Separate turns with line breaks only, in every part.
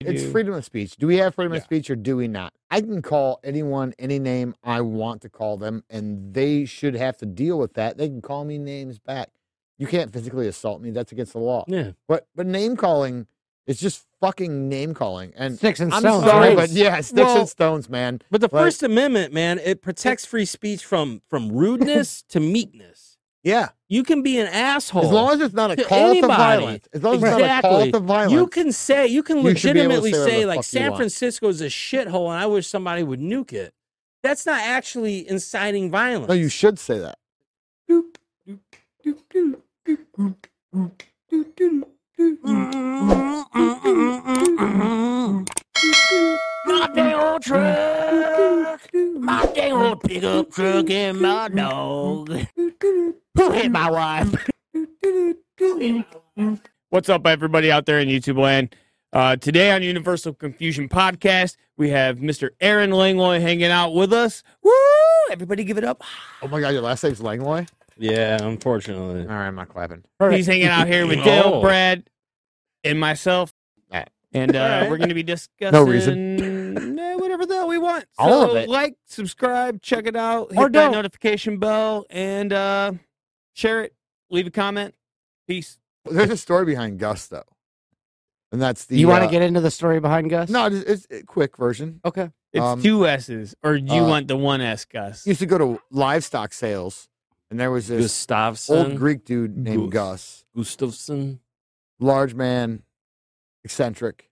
it's
do.
freedom of speech. Do we have freedom of
Yeah.
speech or do we not? I can call anyone any name I want to call them, and they should have to deal with that. They can call me names back. You can't physically assault me. That's against the law.
Yeah.
But but name calling is just fucking name calling. And
Sticks and
I'm
stones.
sorry,
right?
but yeah, sticks
Well-
and stones, man.
But the
Like-
First Amendment, man, it protects free speech from from rudeness to meekness.
Yeah,
You can be an asshole.
as long as it's not a
To
call to
anybody.
violence. As long as it's not a call
Exactly.
to violence.
you can say you can
You should be able to
legitimately
say whatever
say
the fuck
like
you
San
want.
Francisco is a shithole and I wish somebody would nuke it. That's not actually inciting violence.
no, you should say that.
Mm-hmm,
My dang old truck, my dang old pickup truck, and my dog. Who hit my wife?
What's up, everybody out there in YouTube land? Uh, today on Universal Confusion Podcast, we have Mr. Aaron Langloy hanging out with us. Woo! Everybody give it up.
Oh my god, your last name's Langloy.
yeah, unfortunately.
All right, I'm not clapping.
He's hanging out here with Dale,
Oh.
Brad, and myself.
All right.
And uh,
All right.
we're going to be discussing
No reason.
eh, whatever the hell we want.
All
So
of it.
Like, subscribe, check it out, hit
Or
that
don't.
notification bell, and uh, share it. Leave a comment. Peace.
There's a story behind Gus though, and that's the.
You want
uh,
to get into the story behind Gus?
No, it's, it's a quick version.
Okay.
It's
Um,
two S's, or do you
uh,
want the one S, Gus?
Used to go to livestock sales, and there was this old
Gustafson.
Greek dude named Gus,
Gustafson.
large man, eccentric,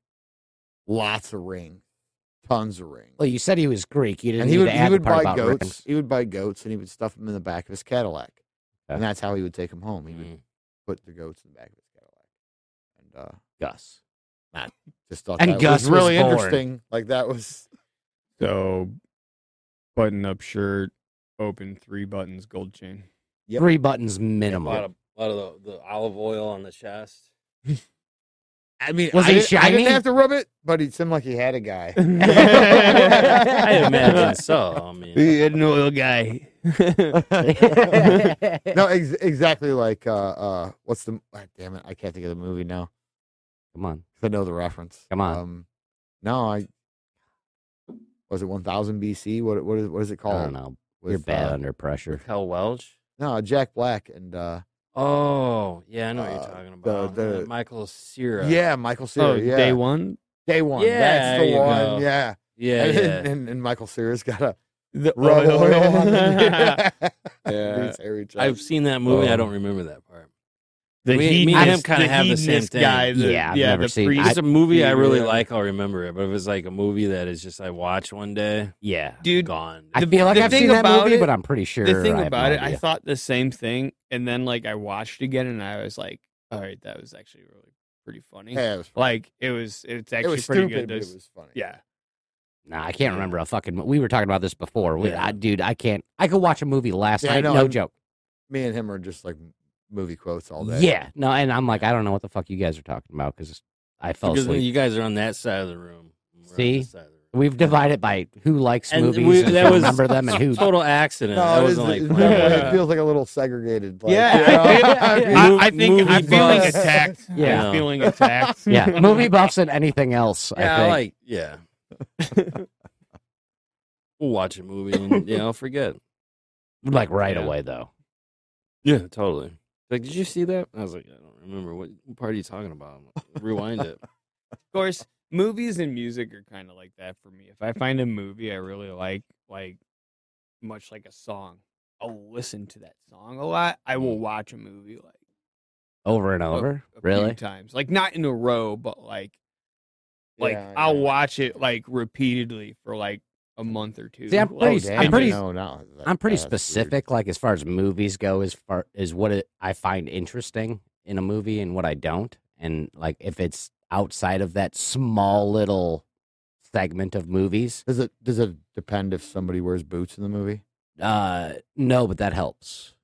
lots of rings, tons of rings.
Well, you said he was Greek. You didn't
and he
need
would
to
he
add
would
the part
buy
about
goats.
rings.
He would buy goats, and he would stuff them in the back of his Cadillac, and that's how he would take them home. He would
Mm-hmm.
put the goats in the back of his Cadillac, and uh,
Gus.
just thought
And
that
Gus
was really
was born.
interesting. Like that was
So, button up shirt, open three buttons, gold chain.
Yep.
Three buttons
A
minimum.
lot of, lot of the, the olive oil on the chest.
I mean,
Was
I,
he
didn't- I
shiny?
didn't have to rub it, but he seemed like he had a guy.
I imagine so. I mean,
had an oil guy.
no, ex- exactly like uh, uh, what's the? ah, damn it, I can't think of the movie now.
Come on.
'cause I know the reference.
Come on.
Um, no, I was it 1000 BC. What what is what is it
I
called?
don't know.
With,
You're bad
uh,
under pressure.
Raquel Welch.
No, Jack Black and uh,
Oh, yeah, I know what
Uh,
you're talking
the-
about.
the-
Uh, Michael Cera.
yeah, Michael Cera.
oh,
yeah,
day one.
Day one.
Yeah,
That's the
there you
one.
go.
Yeah,
Yeah,
and,
yeah.
And, and Michael Cera's got a
The
rub
oil.
oil. on it.
Yeah.
These hairy
I've
chaps.
seen that movie.
um,
I
Oh.
don't remember that part.
The
Me- me and
hedonist-
him kinda
the
have the same
hedonist
thing.
Guy, the,
Yeah, I've
yeah,
never
the
seen-
priest.
I-
If it's a movie I really
Yeah.
like, I'll remember it. But if it's like a movie that is just I watch one day,
Yeah.
Dude,
gone.
I feel like
the
I've seen
thing
that
about
movie,
it-
but I'm pretty sure.
the
I
thing
have
about
no
it, I
idea.
thought the same thing, and then like I watched again, and I was like, "All right, that was actually really pretty funny."
Yeah, it was,
Like it was, it's
it
actually
was
pretty
stupid,
good.
but it
Those-
was funny.
yeah,
Nah, I can't remember a fucking. mo- We were talking about this before. We,
Yeah.
I, dude, I can't. I could watch a movie last
Yeah, I
night.
know,
no
I'm-
joke.
me and him are just like movie quotes all day.
Yeah. No, and I'm like, I don't know what the fuck you guys are talking about because I fell
because
asleep.
you guys are on that side of the room. We're on
See?
this side of the room.
We've divided by who likes
And
movies
we-
and
that
can
was-
remember them and who.
Total accident.
No, it,
I
is-
wasn't like
it-
planning
it
that.
feels like a little segregated. Like,
Yeah,
you know?
I,
yeah.
I,
Mo-
think I'm
movie
feeling
buffs.
attacked.
Yeah.
I'm feeling attacked.
yeah, movie buffs and anything else. I
Yeah, I
think.
like yeah. we'll watch a movie and yeah, I'll forget.
like right
Yeah.
away though.
Yeah, totally. Like, did you see that? I was like, I don't remember. What part are you talking about? I'm like, Rewind it.
Of course, movies and music are kind of like that for me. If I find a movie I really like, like much like a song, I'll listen to that song a lot. I will watch a movie like
Over and over.
a few
really?
times, like not in a row, but like like
Yeah,
I'll
yeah.
watch it like repeatedly for like a month or two.
See, I'm
Like,
Oh,
pretty-
damn,
I'm pretty-
no, no, that-
I'm pretty
that's weird.
specific, like as far as movies go, as far as what it, I find interesting in a movie and what I don't, and like if it's outside of that small little segment of movies,
Does it does it depend if somebody wears boots in the movie?
uh, no, but that helps.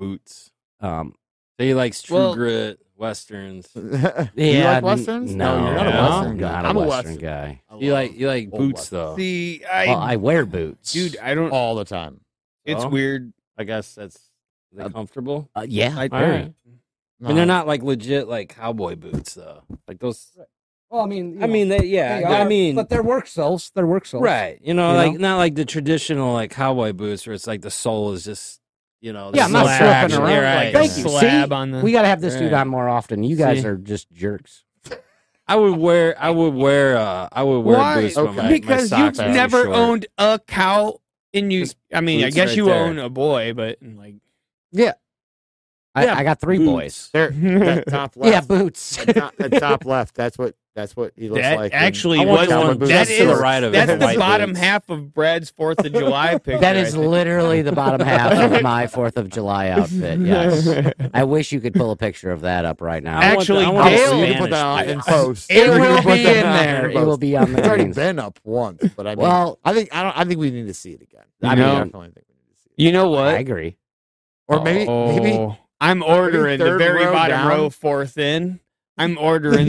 Boots.
Um,
So you like True
Well-
Grit, westerns.
Do you
yeah,
like
n-
westerns?
No,
you're not
no,
a western guy.
Not
I'm a
western
western
guy.
I
You like
love
you like
old
boots
westerns
though.
See, I,
well, I wear boots,
dude, I don't.
all the time.
it's
Oh.
weird.
I guess that's are they
Uh,
comfortable.
Uh, yeah,
I,
very.
uh,
Alright. And they're
No.
not like legit like cowboy boots though. Like those
Well, I mean, you
I
know,
mean, they, yeah.
they
I
are,
mean,
but they're work cells. They're work cells,
right. You know,
you
like
know?
not like the traditional like cowboy boots where it's like the soul is just, you know, the
Yeah, I'm not
slab
flipping
action.
around
You're
like
right.
a
Thank you.
slab
See?
on the.
We got to have this dude
Right.
on more often. You guys
See?
are just jerks.
I would wear. I would wear. Uh, I would wear
Why?
boots when
Okay.
my,
because
my
you
socks are too
never
short.
owned a cow, and you.
Just
I mean, I
boots
guess
right
you
there.
own a boy, but like
I,
Yeah,
I got three boys.
boots.
There, that top left.
Yeah, boots.
that top, that top left. That's what. That's what he looks
That
like. in-
actually
I
He
want
was-
one
that
just to the
is-
right of it,
that's
the,
the
white
bottom
boots.
half of Brad's Fourth of July picture.
That is
I think.
literally the bottom half of my Fourth of July outfit. Yes, I wish you could pull a picture of that up right now.
I want the- I
Actually,
want the
Dale, you
Spanish
put that on in
boots.
post.
It
You
will
put that
be in
on
there.
in
It will
post.
be on the
It's already
things.
been up once, but I mean,
Well-
I think I don't. I think we need to see it again.
You
I mean,
know-
definitely think we need to see it.
You know
I
what?
agree.
Or maybe, maybe,
Oh, I'm ordering the
third
very
row
bottom
down.
row fourth in. I'm ordering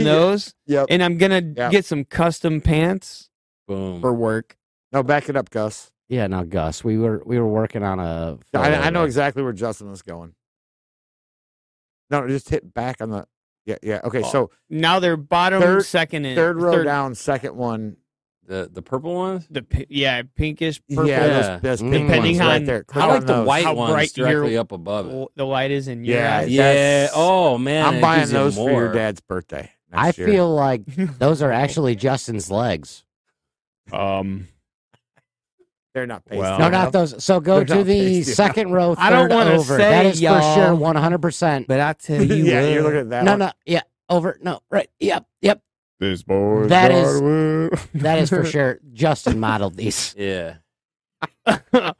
Yeah.
those,
yep.
and I'm gonna
Yeah.
get some custom pants
Boom.
for work.
No, back it up, Gus.
Yeah, now Gus, we were we were working on a.
I,
photo
I know
that-
exactly where Justin was going. No, just hit back on the. Yeah, yeah. Okay, so
Now they're bottom
Third-
second in
third row down, second one.
The the purple ones.
The pi- yeah, pinkish purple.
Yeah, those-
Yeah.
Mm.
those, pink
Depending
ones right
on
there. Click
I
on
like the
those.
white
How
ones
bright your-
directly up above it.
L- the light is in your
Yeah,
eyes.
Yeah.
that's-
Oh man,
I'm
it
buying
gives you
those for your
more.
dad's birthday.
I
next year.
feel like those are actually Justin's legs.
Um,
they're not pasty.
Well-
No,
Oh,
not those. So go
They're
to
not
the
pasty.
second row. Third
I don't wanna
over.
say,
that is for
y'all,
sure one hundred percent.
But I tell you,
yeah, you're
what,
looking at that.
No,
one.
no, yeah, over. No, right. Yep, yep.
this boy.
That is- That is for sure. Justin modeled these.
Yeah. yeah.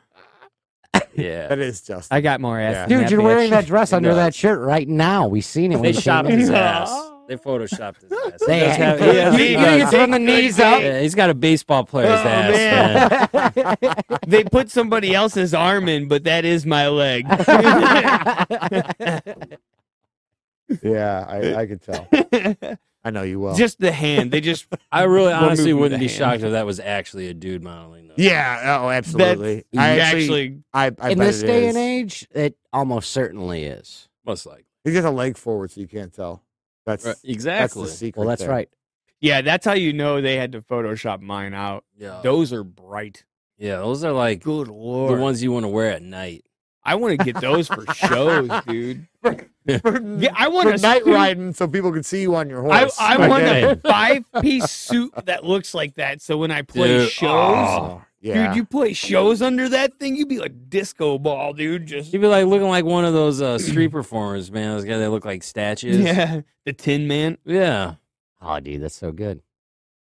that is just.
I got more ass.
Yeah.
than
Dude, you're wearing
bitch.
that dress
He
under
does.
that shirt right now. We seen it.
They
We seen
shopped
it.
his
No.
ass. They photoshopped his ass.
They-
He does have- he has-
You-
he
you
does.
can
from the knees up.
Yeah, he's got a baseball player's
Oh,
ass.
man.
man.
They put somebody else's arm in, but that is my leg.
yeah, I, I could tell. I know you will.
just the hand. They just
I really
Remove
honestly
the
wouldn't be
hand.
shocked if that was actually a dude modeling those.
yeah. Oh, absolutely. I
you
actually,
actually.
I, I
In
bet
this
it
day
is.
and age, it almost certainly is.
Most likely.
he's got a leg forward, so you can't tell. That's
Right,
that's the
Exactly.
secret.
Well, that's
there.
right.
Yeah, that's how you know they had to Photoshop mine out.
Yeah.
Those are bright.
Yeah, those are like
Good
the
lord.
ones you want to wear at night.
I want to get those for shows, dude.
For,
Yeah, I want
for
a
night
suit.
riding, so people could see you on your
I,
horse.
I want
Okay.
a five piece suit that looks like that. So when I play
Dude,
shows,
oh,
Yeah.
dude, you play shows under that thing, you'd be like disco ball, dude. Just
You'd be like looking like one of those uh, street performers, man. Those guys that look like statues.
yeah, the Tin Man.
Yeah.
Oh, dude, that's so good.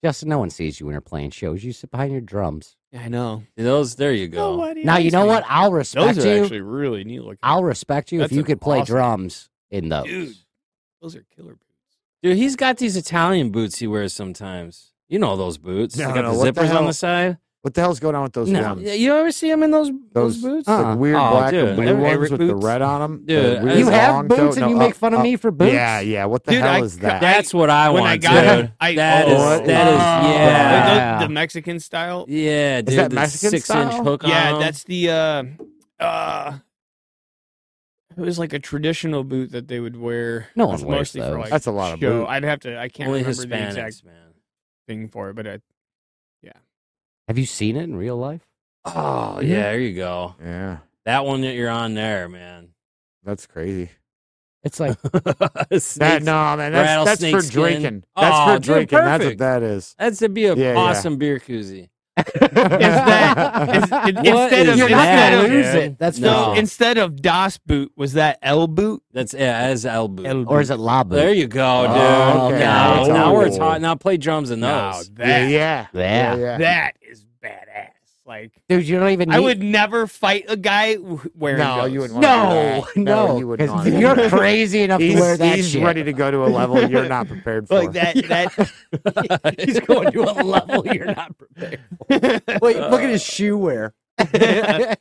Justin, no one sees you when you're playing shows. You sit behind your drums.
I know.
Those. There you go.
Now you know what? I'll respect
Those are
you.
actually really neat looking.
I'll respect you if
That's
you
an
could play
awesome-
drums in those.
dude. Those are killer boots.
Dude, he's got these Italian boots he wears sometimes. You know those boots.
No,
they got
no,
the
what the
zippers on
hell?
the side.
what the hell's going on with those
No.
ones?
Yeah, You ever see him in those
Those
those, boots?
Like
Uh-uh.
weird
Oh,
black
dude.
and blue
Every-
ones
every
with the
boots.
red on them.
Dude,
You
Those
have boots and you
oh,
make fun of me for boots.
uh, Yeah, yeah. What the
Dude,
hell
I
is
cou-
that?
That's what I
when
want.
I got
dude.
them, I
That is-
oh,
that is-
oh.
yeah.
Those- the Mexican style.
Yeah, dude.
that
the
Mexican
six
style?
inch hook on
Yeah,
'em.
that's the uh uh it was like a traditional boot that they would wear.
No one
It's
wears
mostly
those.
For like
That's a lot of
show.
boot.
I'd have to I can't
only
remember the
Hispanics,
exact
man.
thing for it, but I,
Have you seen it in real life?
Oh yeah, there you go.
Yeah,
That one that you're on there, man.
that's crazy.
It's like
That
Snakes-
no, man, that's, that's
rattlesnake
for
skin.
drinking. That's
Aw,
for
dude,
drinking. That's what
perfect.
that is.
That's to be a
Yeah, yeah.
awesome beer koozie.
that- is- it-
What
Instead
is
of-
you're
You're
not
not
that,
gonna
gonna
lose
dude?
it. That's
No.
so instead of Das boot, was that L boot?
That's yeah, that's L boot.
L boot.
or is it la boot?
There you go, dude.
Oh, okay.
Now,
That's
now we're
cool.
talking. Now play drums and
No,
those.
Yeah,
that
yeah,
Yeah.
that is badass. Like
dude. You don't even. Need,
I would never fight a guy w- wearing
No,
those.
you wouldn't.
No,
That-
no,
no, you would
'cause
not.
You're crazy enough
He's,
to wear that
he's
shit.
ready to go to a level you're not prepared for.
Like that that
he's going to a level you're not prepared. For. Wait, look at his shoe wear.
Yeah.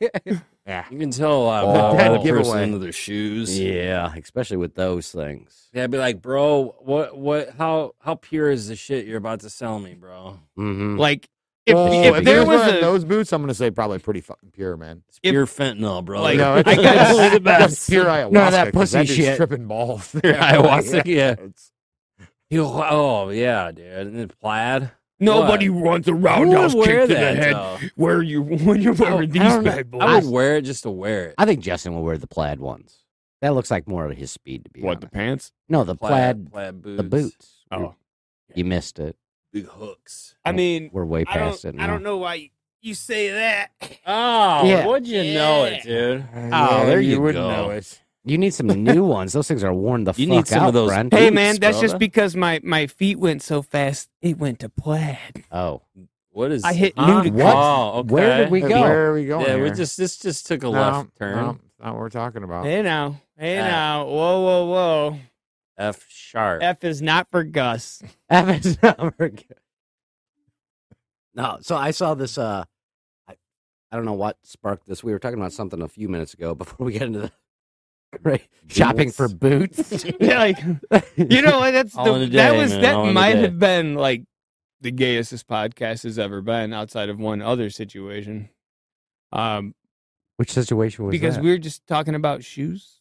You can tell a lot about
Oh.
the
That
other
giveaway.
person into their shoes.
yeah, especially with those things.
Yeah, I'd be like, bro, what, what, how, how pure is the shit you're about to sell me, bro?
Mm-hmm.
like if,
Well,
if
he
there was
wearing
a
those boots, I'm gonna say probably pretty fucking pure, man.
It's
If-
pure fentanyl, bro.
Like,
no, it's,
I got-
it's-
the best.
that's pure ayahuasca.
that
'cause
pussy
that dude's
shit.
tripping balls.
ayahuasca, yeah.
It's-
He, oh yeah, dude, and then plaid.
Nobody wants a
Who would
roundhouse kick
wear
to the
that,
head.
though?
Where you when you're
I
wearing
would-
these
I don't know.
bad boys?
I would wear it just to wear it.
I think Justin will wear the plaid ones. That looks like more of his speed to be
what the
honest.
pants?
no, the plaid,
plaid boots,
the boots.
Oh,
You missed it.
big hooks.
I mean,
We're way
I
past
don't,
it.
I
now.
don't know why you, you say that.
Oh,
Yeah.
would you know it,
Yeah.
dude? Oh,
Yeah, there you you
wouldn't know it.
You need some new ones. Those things are worn the
You
fuck
need some
out,
of those
Brent.
pink-
Hey
Boots,
man, that's just
brother.
because my my feet went so fast. It went to plaid.
Oh,
What is?
I hit
Huh?
nudicry.
What?
Oh, okay.
Where did we go?
Where are we going?
Yeah, we
here?
just this just took a
no,
left turn.
No, it's not what we're talking about.
Hey now, hey
Ah.
now, whoa, whoa, whoa!
F sharp.
F is not for Gus.
F is number. No, so I saw this. Uh, I, I don't know what sparked this. We were talking about something a few minutes ago before we get into the right, shopping for boots.
Yeah, like you know what? That's
All in
the,
a
that
day,
was
man, all in
that
a
might
day.
have been like the gayest this podcast has ever been, outside of one other situation. Um,
Which situation was
because
that?
we were just talking about shoes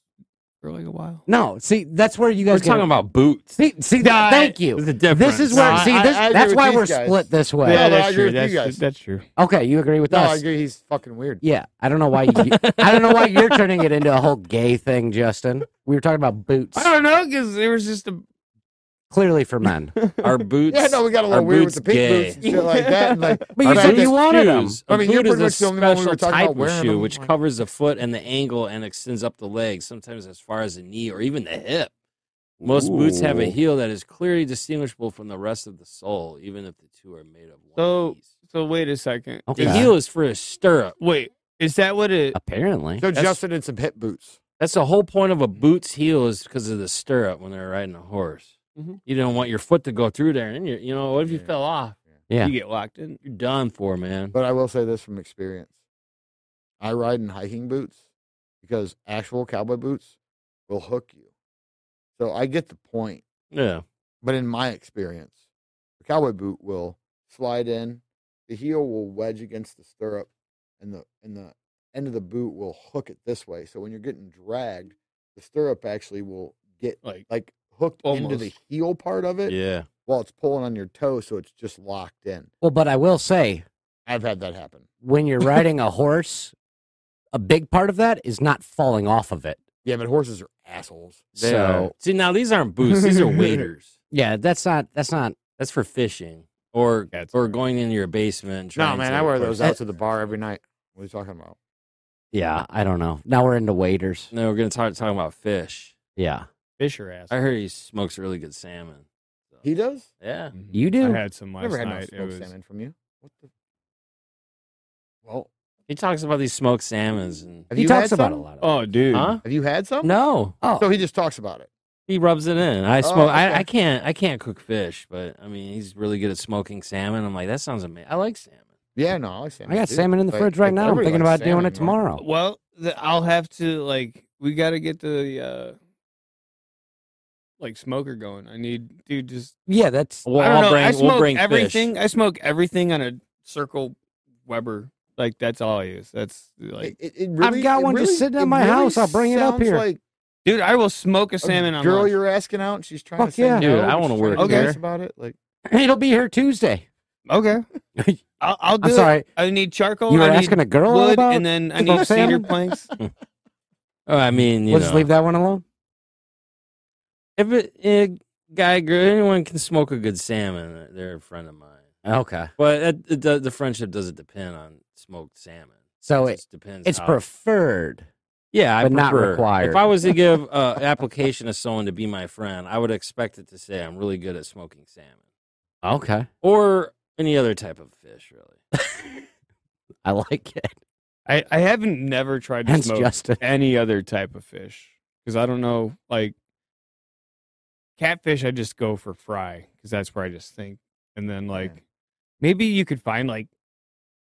for like a while.
no, see, that's where you
We're
guys get-
talking about boots.
See, see,
Nah,
thank
There's
you.
a difference.
This is where.
No,
see,
I-
this,
I agree
that's
with
why
these
we're
guys.
split this way.
Yeah,
yeah,
no, I
that's
agree
true.
with you
That's,
guys.
that's true.
Okay, you agree with
No,
us?
I agree. He's fucking weird.
Yeah, I don't know why. You, I don't know why you're turning it into a whole gay thing, Justin. We were talking about boots,
I don't know because there was just a
clearly for men.
Our boots.
Yeah, no, we got a
Our
little weird with
boots
the pink
gay.
boots and shit like that. And like,
But
Our
you said
boots-
you wanted them.
shoes.
I
A
mean, you're
boot is
pretty
a
much the only one we
special
were talking about
type of
wearing
shoe
them.
which
Like-
covers the foot and the ankle and extends up the leg, sometimes as far as the knee or even the hip. Most boots have a
Ooh.
heel that is clearly distinguishable from the rest of the sole, even if the two are made of one
So-
piece.
so wait a second.
Okay.
The heel is for a stirrup.
Wait, is that what it?
Apparently,
so
That's-
Justin in some hip boots.
That's the whole point of a boot's heel is because of the stirrup when they're riding a horse.
Mhm.
You don't want your foot to go through there, and you you know what if you
Mm-hmm. Yeah.
fell off?
Yeah.
You get locked in.
You're done for, man.
But I will say this from experience: I ride in hiking boots because actual cowboy boots will hook you. So I get the point.
Yeah,
But in my experience, the cowboy boot will slide in, the heel will wedge against the stirrup, and the and the end of the boot will hook it this way. So when you're getting dragged, the stirrup actually will get
Like
like hooked into the
Almost.
heel part of it
yeah.
while it's pulling on your toe, so it's just locked in.
well, but I will say
I've had that happen.
when you're riding a horse, a big part of that is not falling off of it.
Yeah, but horses are assholes.
So
so see now these aren't boots; these are waders.
yeah, that's not that's not
That's for fishing or
That's-
or going into your basement. and
No,
trying
man,
to-
I wear those
That-
out to the bar every night. What are you talking about?
yeah. I don't know. Now we're into waiters.
No, we're gonna talk talking about fish.
Yeah,
Fisher ass.
I heard he smokes really good salmon. So,
He does.
yeah,
you do.
I had some last
Mm-hmm. Never had no
night. it
smoked
was
salmon from you. What the? Well,
he talks about these smoked salmons and
have
he
you
talks
had
about
some?
a lot of.
oh dude.
huh?
Have you had some?
No,
Oh,
So he just talks about it.
He rubs it in. I
Oh,
smoke. I,
okay.
I can't. I can't cook fish, but I mean, he's really good at smoking salmon. I'm like, that sounds amazing. I like salmon.
Yeah, no, I like salmon.
I got
too.
salmon in the
Like-
fridge right
like,
now. I'm
everybody
thinking
likes
about doing
salmon,
it
man.
tomorrow.
Well, the, I'll have to like we got to get the uh like smoker going. I need dude just
Yeah, that's
Well,
I don't
will
know.
bring.
I smoke
we'll bring
everything.
Fish.
I smoke everything on a circle Weber. Like that's all I use. That's
It,
like
it, it really,
got
it
one just
really-
sitting at
it
my
really
house. I'll bring it up
sounds
here.
Like
dude, I will smoke a
a
salmon on
girl
lunch.
you're asking out, and she's trying
Fuck
to say
yeah.
Dude,
no,
I
but
wanna
she's trying
work
to be
there.
nice about it. Like
it'll be here Tuesday.
Okay. I'll, I'll do
I'm
it.
sorry.
I need charcoal.
You were
I need
asking a girl
wood,
about.
and then I
about
need cedar
salmon?
planks.
Oh, I mean, you
we'll
know,
just leave that one alone.
if it, eh, guy, girl, anyone can smoke a good salmon. They're a friend of mine.
Okay,
But it, it, does- the friendship doesn't depend on smoked salmon.
so Oh, it,
just depends.
it's
how-
preferred.
Yeah, I
but not
prefer-
required.
If I was to give an application to someone to be my friend, I would expect it to say I'm really good at smoking salmon
Okay,
or any other type of fish, really.
I like it.
I I haven't never tried to
Hence
smoke
Justin.
any other type of fish because I don't know like catfish. I just go for fry because that's where I just think, and then like maybe you could find like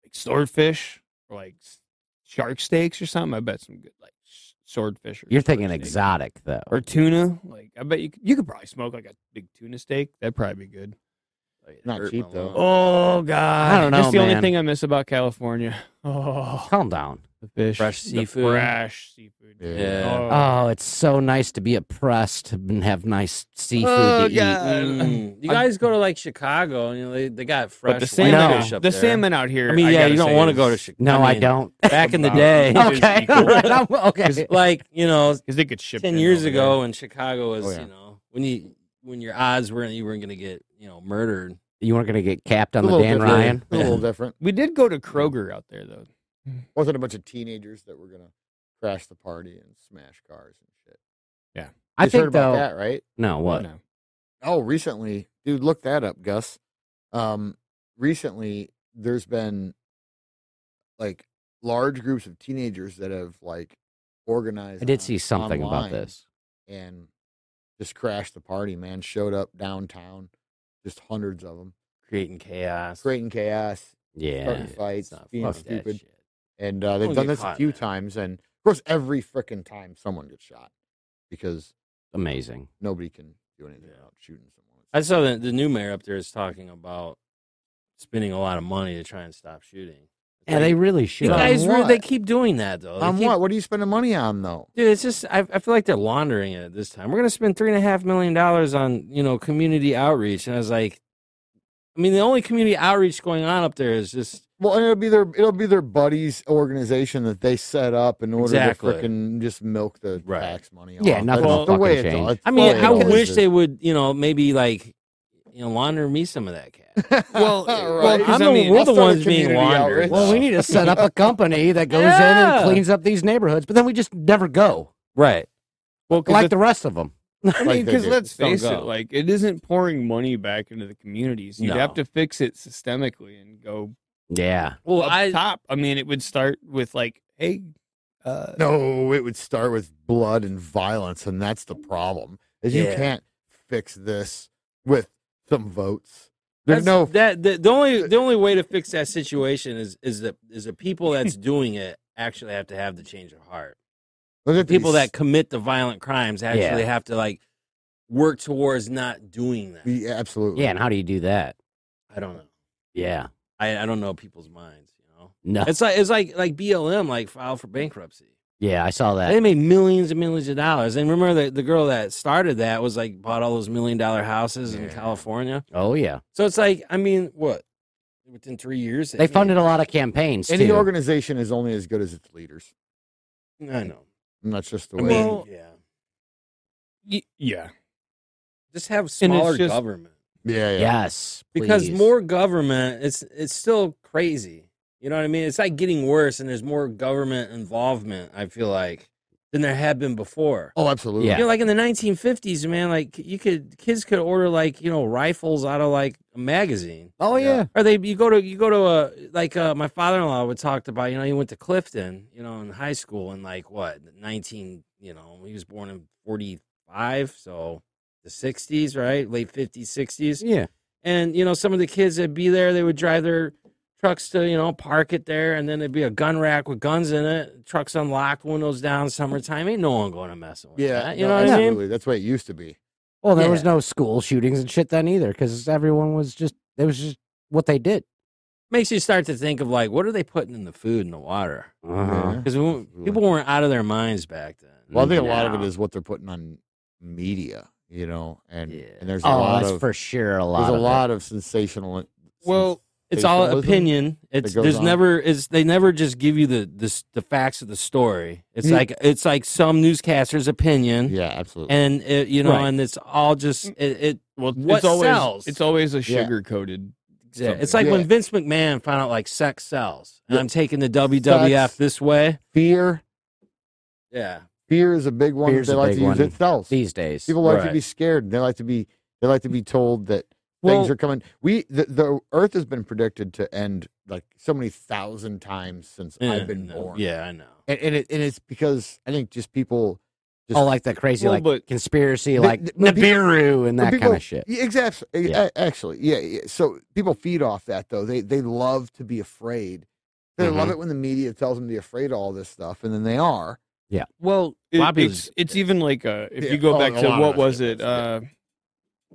like swordfish or like s- shark steaks or something. I bet some good like s- swordfish. Or
You're
shark
thinking
steak.
exotic though.
or tuna. Like I bet you could, you could probably smoke like a big tuna steak. That'd probably be good.
Like, it
Not
hurt
cheap,
my
though.
lung.
Oh God,
I don't
That's
know,
the
man.
only thing I miss about California. Oh,
Calm down.
the fish, Uh,
Fresh
the
seafood.
fresh seafood. dude.
Yeah.
Oh, it's so nice to be oppressed and have nice seafood
Oh,
to
God.
Mm. You guys go to like Chicago and you know, they, they got fresh
Oh, but the
whitefish
salmon,
No.
up
the
there.
salmon out here.
I mean, yeah,
gotta
you don't
say
want to
is-
go to Chicago.
eat. No, I, don't.
Back in the
About-
day,
It is
Okay,
equal.
all right, I'm- okay.
like you know,
'Cause they could ship
ten
in
years
over
ago when Chicago was,
Oh, yeah.
you know, when you when your odds were you weren't going to get you know murdered.
You weren't gonna get capped
A
on the
little
Dan
different.
Ryan.
A little different.
there. We did go to Kroger out there though.
Wasn't a bunch of teenagers that were gonna crash the party and smash cars and shit.
I
You've heard
think
about
though.
that, right?
No, what?
No.
Oh, recently, dude, look that up, Gus. Um, recently, there's been like large groups of teenagers that have like organized.
I did
on-
see something about
online
this.
and just crashed the party. Man, showed up downtown, just hundreds of them,
Creating chaos.
creating chaos,
Yeah.
starting fights,
It's not
being
fuck that
stupid,
shit.
and uh, they've
Don't
done
get
this a
caught,
few
man.
times. And of course, every freaking time someone gets shot because
Amazing.
nobody can do anything
Yeah.
about shooting someone.
I saw that the new mayor up there is talking about spending a lot of money to try and stop shooting. It's
Yeah, they
like,
really
you
should.
guys
On
re-
what?
they keep doing that though. They
on
keep-
what? What are you spending money on though?
Dude, it's just I, I feel like they're laundering it this time. We're gonna spend three and a half million dollars on you know community outreach, and I was like, I mean, the only community outreach going on up there is just
Well, and it'll be their it'll be their buddies organization that they set up in order
Exactly.
to freaking just milk the
Right.
tax money.
Yeah,
off.
nothing
That's
will
the way
fucking
it's all-
change.
it's
I
the
mean,
way it
I
always
wish
is.
they would, you know, maybe like, you know, launder me some of that cash.
Well,
Right.
well, 'cause
I'm
I
the-
mean,
we're
I'll
the
start a
ones being
community
laundered.
outreach.
Well, we need to set up a company that goes in
Yeah.
and cleans up these neighborhoods, but then we just never go
Right.
Well, 'cause
like
it's-
the rest of them.
I
Like
mean,
they
because
do.
let's
Just don't
face it,
go.
like it isn't pouring money back into the communities. You'd
No.
have to fix it systemically and go
Yeah.
Well,
up
I
top. I mean, it would start with like, hey, uh,
No, it would start with blood and violence, and that's the problem. Is you
Yeah.
can't fix this with some votes. There's
that's-
no
that the, the only the only way to fix that situation is is the is the people that's doing it actually have to have the change of heart.
there's
the people
these-
that commit the violent crimes actually have to like work towards not doing that.
yeah, absolutely
Yeah. And how do you do that?
I don't know.
Yeah.
I, I don't know people's minds. You know,
No.
it's like it's like like BLM like filed for bankruptcy.
Yeah, I saw that.
They made millions and millions of dollars. And remember the the girl that started that was like bought all those million dollar houses in
Yeah.
California.
Oh yeah.
So it's like I mean, what within three years
They funded a lot of campaigns
Any
too.
organization is only as good as its leaders,
made- I know.
and that's just the
I
way.
mean,
Well, yeah,
y- yeah,
just have
And it's
smaller
just-
government.
yeah, yeah,
Yes.
because
please.
more government it's it's still crazy you know what i mean it's like getting worse and there's more government involvement i feel like than there had been before
Oh, absolutely.
Yeah.
you know like in the 1950s man like you could kids could order like you know rifles out of like a magazine
Oh
Yeah.
yeah.
or they you go to you go to a like uh, my father-in-law would talked about you know he went to clifton you know in high school in like what 19 you know he was born in 45 so the 60s right late 50s 60s
Yeah.
and you know some of the kids that'd be there they would drive their trucks to you know park it there and then there'd be a gun rack with guns in it trucks unlocked windows down summertime ain't no one going to mess with
Yeah,
that you
no,
know what i mean
absolutely. That's the way it used to be.
Well, there was
Yeah.
no school shootings and shit then either, because everyone was just it was just what they did.
makes you start to think of like what are they putting in the food and the water
Uh-huh.
because people weren't out of their minds back then
Well, I think a lot of
No.
it is what they're putting on media, you know, and,
Yeah.
and there's a
Oh,
lot
that's
of
for sure. A lot.
there's a
of it.
lot of sensational.
Well,
it's all
sensationalism.
opinion it's
goes
there's
on.
never it's they never just give you the this the facts of the story it's
Yeah.
like it's like some newscaster's opinion
Mm. Yeah, Mm. absolutely.
and it, you know
Right.
and it's all just it, it
well,
What
it's always
sells?
it's always a
Yeah.
sugar coated.
Yeah,
something.
it's like
Yeah.
when Vince McMahon found out like sex sells, and
Yeah.
I'm taking the WWF
Sex.
this way.
fear,
Yeah,
fear is a big one. that
Fear's
They
a
like to
big
use
one.
it sells.
these days.
People like to
Right.
be scared. They like to be they like to be told that things
Well-
are coming. We the, the Earth has been predicted to end like so many thousand times since
Yeah,
I've been
Eh, no,
born.
Yeah, I know.
and, and it and it's because I think just people. Just,
oh, like that crazy
Well,
like
but-
conspiracy,
The-
like
the- when people-
Nibiru and
when
that
people-
kind of shit.
Yeah, exactly. E-
Yeah.
a- Actually, yeah, yeah. So people feed off that though. They they love to be afraid. They love it when the media tells them to be afraid of all this stuff, and then they are.
Well, it,
lot of people
it's
just-
it's even like uh if
Yeah,
you go
oh,
back
a
to
lot of
what
us
was
did
it?
this,
Uh,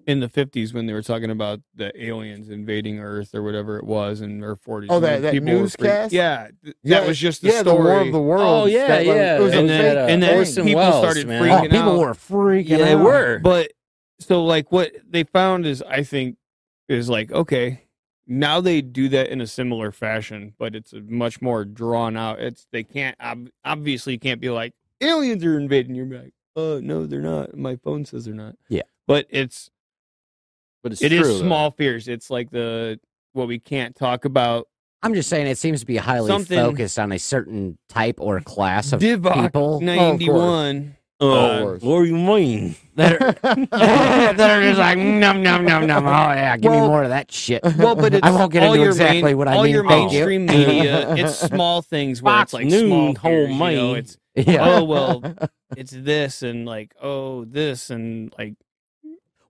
in the 50s when they were talking about the aliens invading Earth or whatever it was, and or 40s.
Oh,
when
that- that
people were freak-
newscast?
yeah, th-
Yeah,
that was just the
yeah, the War
story.
of the Worlds.
Oh yeah,
that was-
yeah.
It was
And
a
then-
fake
and then
thing.
Orson people Welles, started man.
Oh,
freaking
people
out.
were freaking
yeah, they
out.
were.
But
But so, like, what they found is, I think, is like, okay, now they do that in a similar fashion, but it's a much more drawn out. It's they can't ob- obviously can't be like aliens are invading. You're like, oh no, they're not. My phone says they're not.
Yeah.
but it's
but it's
it
true,
is
though.
small fears. It's like the what we can't talk about.
I'm just saying it seems to be highly
Something-
focused on a certain type or class Oh, of
Divock
people
ninety one.
Oh,
Uh,
worse.
what do you mean?
that are that are just like num num num num. Oh yeah, give me
Well-
more of that shit.
Well, but it's
I won't get
all
into
your
exactly
main,
what I
all
mean.
your
Thank you.
mainstream media. It's small things where
Fox
it's like
News,
small
whole
fears, you know,
money.
it's
Yeah.
oh well, it's this and like oh this and like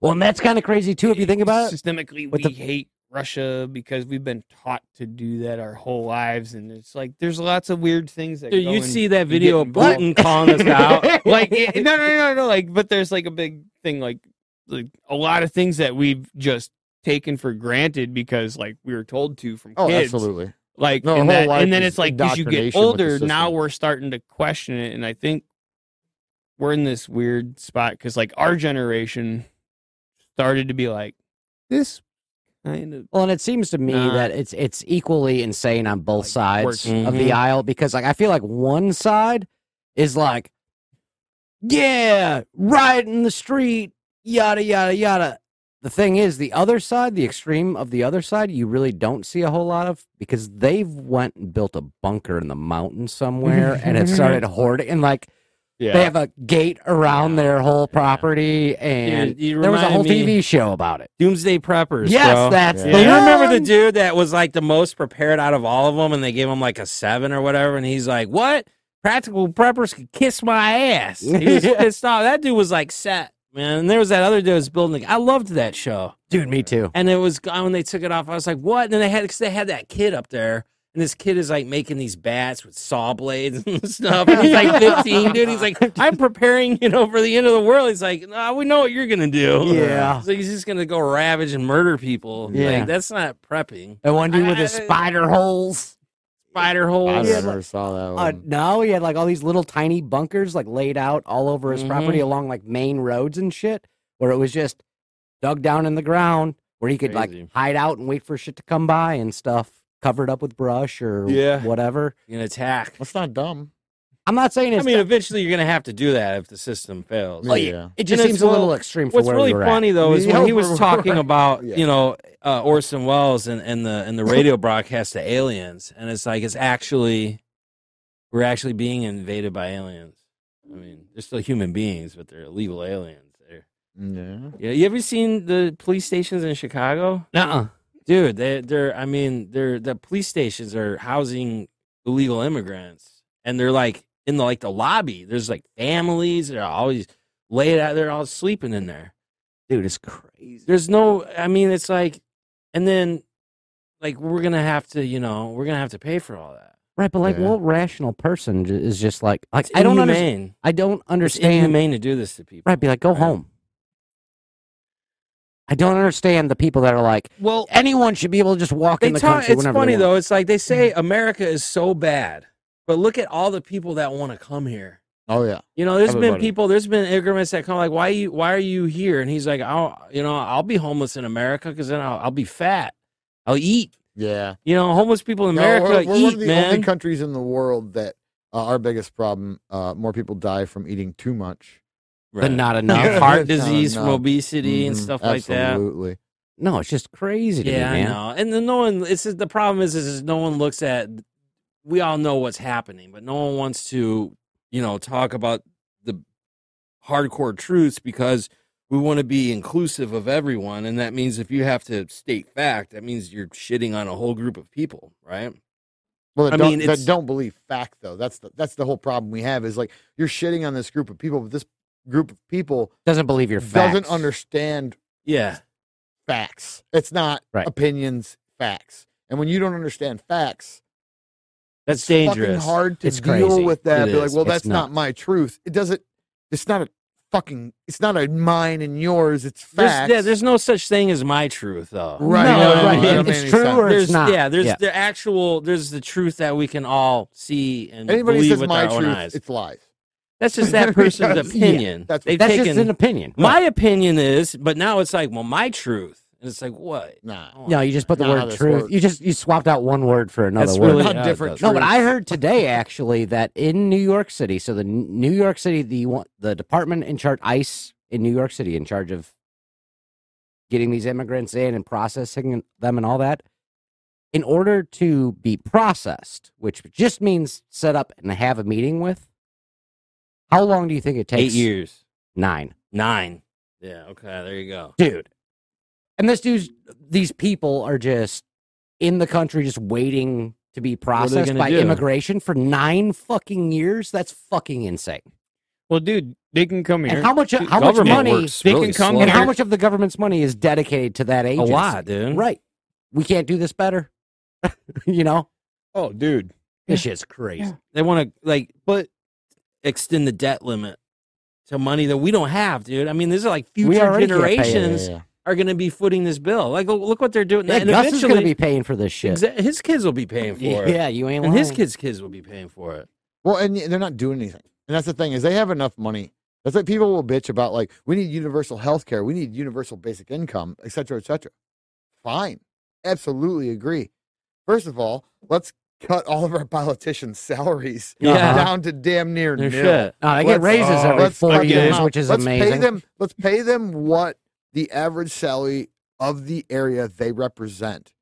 Well, and that's kind of crazy too if you think about it.
systemically we
with the-
hate Russia because we've been taught to do that our whole lives and it's like there's lots of weird things that
Dude,
go
you
in-
see that video of
get involved.
Putin calling us out?
like it, no no no no like but there's like a big thing like like a lot of things that we've just taken for granted because like we were told to from
oh,
kids
absolutely.
like
No,
and,
whole
that-
life
and then
is
it's like as you get
indoctrination with the
older now
system.
we're starting to question it and i think we're in this weird spot because like our generation started to be like this kind of
Well, and it seems to me
Nah.
that it's it's equally insane on both
Like, Mm-hmm.
sides
works.
of the
Mhm.
aisle because like I feel like one side is like, yeah, riot in the street, yada yada yada. The thing is, the other side, the extreme of the other side, you really don't see a whole lot of because they've went and built a bunker in the mountain somewhere and have started hoarding and like
yeah
they have a gate around
Yeah.
their whole
Yeah.
property and
Dude, you
there was a
remind
whole
me-
TV show about it.
Doomsday preppers.
yes,
bro.
that's
Yeah.
the
Do you remember the
one.
dude that was like the most prepared out of all of them, and they gave him like a seven or whatever, and he's like, "What? Practical preppers could kiss my ass." He was
Yeah.
pissed off. That dude was like set, man. And there was that other dude that was building. I loved that show,
Dude, me too.
and it was gone when they took it off. I was like, "What?" And then they had because they had that kid up there. And this kid is like making these bats with saw blades and stuff. And he's like 15, dude. He's like, I'm preparing, you know, for the end of the world. He's like, nah, we know what you're going to do.
Yeah.
So he's just gonna go ravage and murder people.
Ah. Yeah.
Like that's not prepping.
And one dude with his
I-
spider holes.
Spider
I
holes.
Yeah,
never saw that
Uh,
one.
no, he had like all these little tiny bunkers like laid out all over his property along like main roads and shit, where it was just dug down in the ground where he could
Crazy.
like hide out and wait for shit to come by and stuff, covered up with brush or
Yeah.
whatever.
You can attack.
That's not dumb.
I'm not saying
I
it's.
mean, eventually you're gonna have to do that if the system fails.
Well,
like,
yeah.
It just
And
seems
it's
a little
well-
extreme for
What's
where
really
we were
funny though is
Yeah,
when he
we're-
was talking
we're-
about
yeah.
you know uh, Orson Welles and, and the and the radio broadcast to aliens, and it's like it's actually we're actually being invaded by aliens. I mean, they're still human beings, but they're illegal aliens. They're,
Yeah.
yeah, you ever seen the police stations in Chicago?
at. Nuh-uh.
dude they, they're i mean they're the police stations are housing illegal immigrants and they're like in the like the lobby there's like families they're always laid out they're all sleeping in there
Dude, it's crazy.
there's no i mean it's like and then like we're gonna have to you know we're gonna have to pay for all that
Right, but like,
Yeah.
what rational person j- is just like, like
It's
I don't understand.
inhumane.
I don't
It's
understand.
inhumane to do this to people
Right, be like, go
Right.
home. I don't understand the people that are like,
well
anyone should be able to just walk
they
in the
talk-
country
it's
whenever
funny
they want. Mm-hmm.
though it's like they say america is so bad but look at all the people that want to come here
Oh yeah.
You know, there's been
Everybody.
people, there's been immigrants that come like, why you, why are you here? And he's like, I'll, you know, I'll be homeless in America because then I'll, I'll be fat, I'll eat.
Yeah.
You know, homeless people in
No,
America
we're, we're one
eat,
of the only
man.
countries in the world that uh, our biggest problem. Uh, more people die from eating too much.
But not enough.
Not
Yeah.
heart
No,
disease from
no.
obesity and
Mhm,
stuff like
Absolutely.
No, it's just crazy
that.
to
Yeah,
me,
I
man.
know. And then no one. It's just- the problem is, is, is no one looks at. We all know what's happening, but no one wants to, you know, talk about the hardcore truths because we want to be inclusive of everyone, and that means if you have to state fact, that means you're shitting on a whole group of people, right?
Well, that
I
don't,
mean,
that
it's-
don't believe fact though. That's the that's the whole problem we have is like you're shitting on this group of people, but this group of people
Doesn't believe your facts.
doesn't understand
Yeah,
facts. It's not
Right.
opinions, facts. And when you don't understand facts,
that's
fucking
dangerous.
hard to
It's
deal
crazy.
with that.
It
Be like,
is.
well,
It's
that's not
nuts.
my truth. It doesn't. It's not a fucking. It's not a mine and yours. It's
There's,
facts.
yeah, there's no such thing as my truth, though.
Right,
You know
no,
what I
right.
mean?
It-
It's true or
There's
it's not.
yeah, there's
Yeah.
the actual there's the truth that we can all see and
Anybody
believe
says
with
my
our own
truth,
eyes.
it's lies.
That's just that person's
Because-
yeah,
opinion.
that's-
They've
That's
taken
just an opinion.
my opinion is, but now it's like, well, my truth, and it's like what?
Nah.
No, you just put the
Not how
word
this
truth.
works.
You just you swapped out one word for another
That's
word.
really
Not
yeah, it
different
does.
No, but
Truth.
I heard today actually that in New York City, so the N- New York City, the one- the department in charge, ICE in New York City, in charge of getting these immigrants in and processing them and all that, in order to be processed, which just means set up and have a meeting with. How long do you think it
Eight
takes?
years,
Nine,
nine. Yeah. Okay. There you go.
dude. And this dude's, these people are just in the country, just waiting to be processed
gonna
by
do?
immigration for nine fucking years. That's fucking insane.
Well, dude, they can come here.
And how much?
Dude,
How much
Government
money?
works
they
really
can come
slow.
And how
here.
much of the government's money is dedicated to that
A
agency?
lot, dude.
right? We can't do this better. you know,
Oh, dude.
this shit's crazy.
Yeah.
They want to like, but extend the debt limit to money that we don't have, dude. I mean, these are like
We
future
already can't pay it.
generations are going to be footing this bill. Like, look look what they're doing.
Yeah,
now. and
Gus is
eventually,
gonna be paying for this shit.
exa- his kids will be paying for it.
Yeah, you ain't.
And his
lying.
kids' kids will be paying for it.
Well, and y- they're not doing anything. And that's the thing is they have enough money. That's like people will bitch about like we need universal health care, we need universal basic income, et cetera, et cetera. Fine. Absolutely agree. First of all, let's cut all of our politicians' salaries
Yeah.
Uh-huh.
down to damn near
No
nil.
shit.
No, Uh, they get
Let's-
raises
oh,
every
let's
four
fucking-
years, which is
let's
amazing.
Pay them, let's pay them what the average salary of the area they represent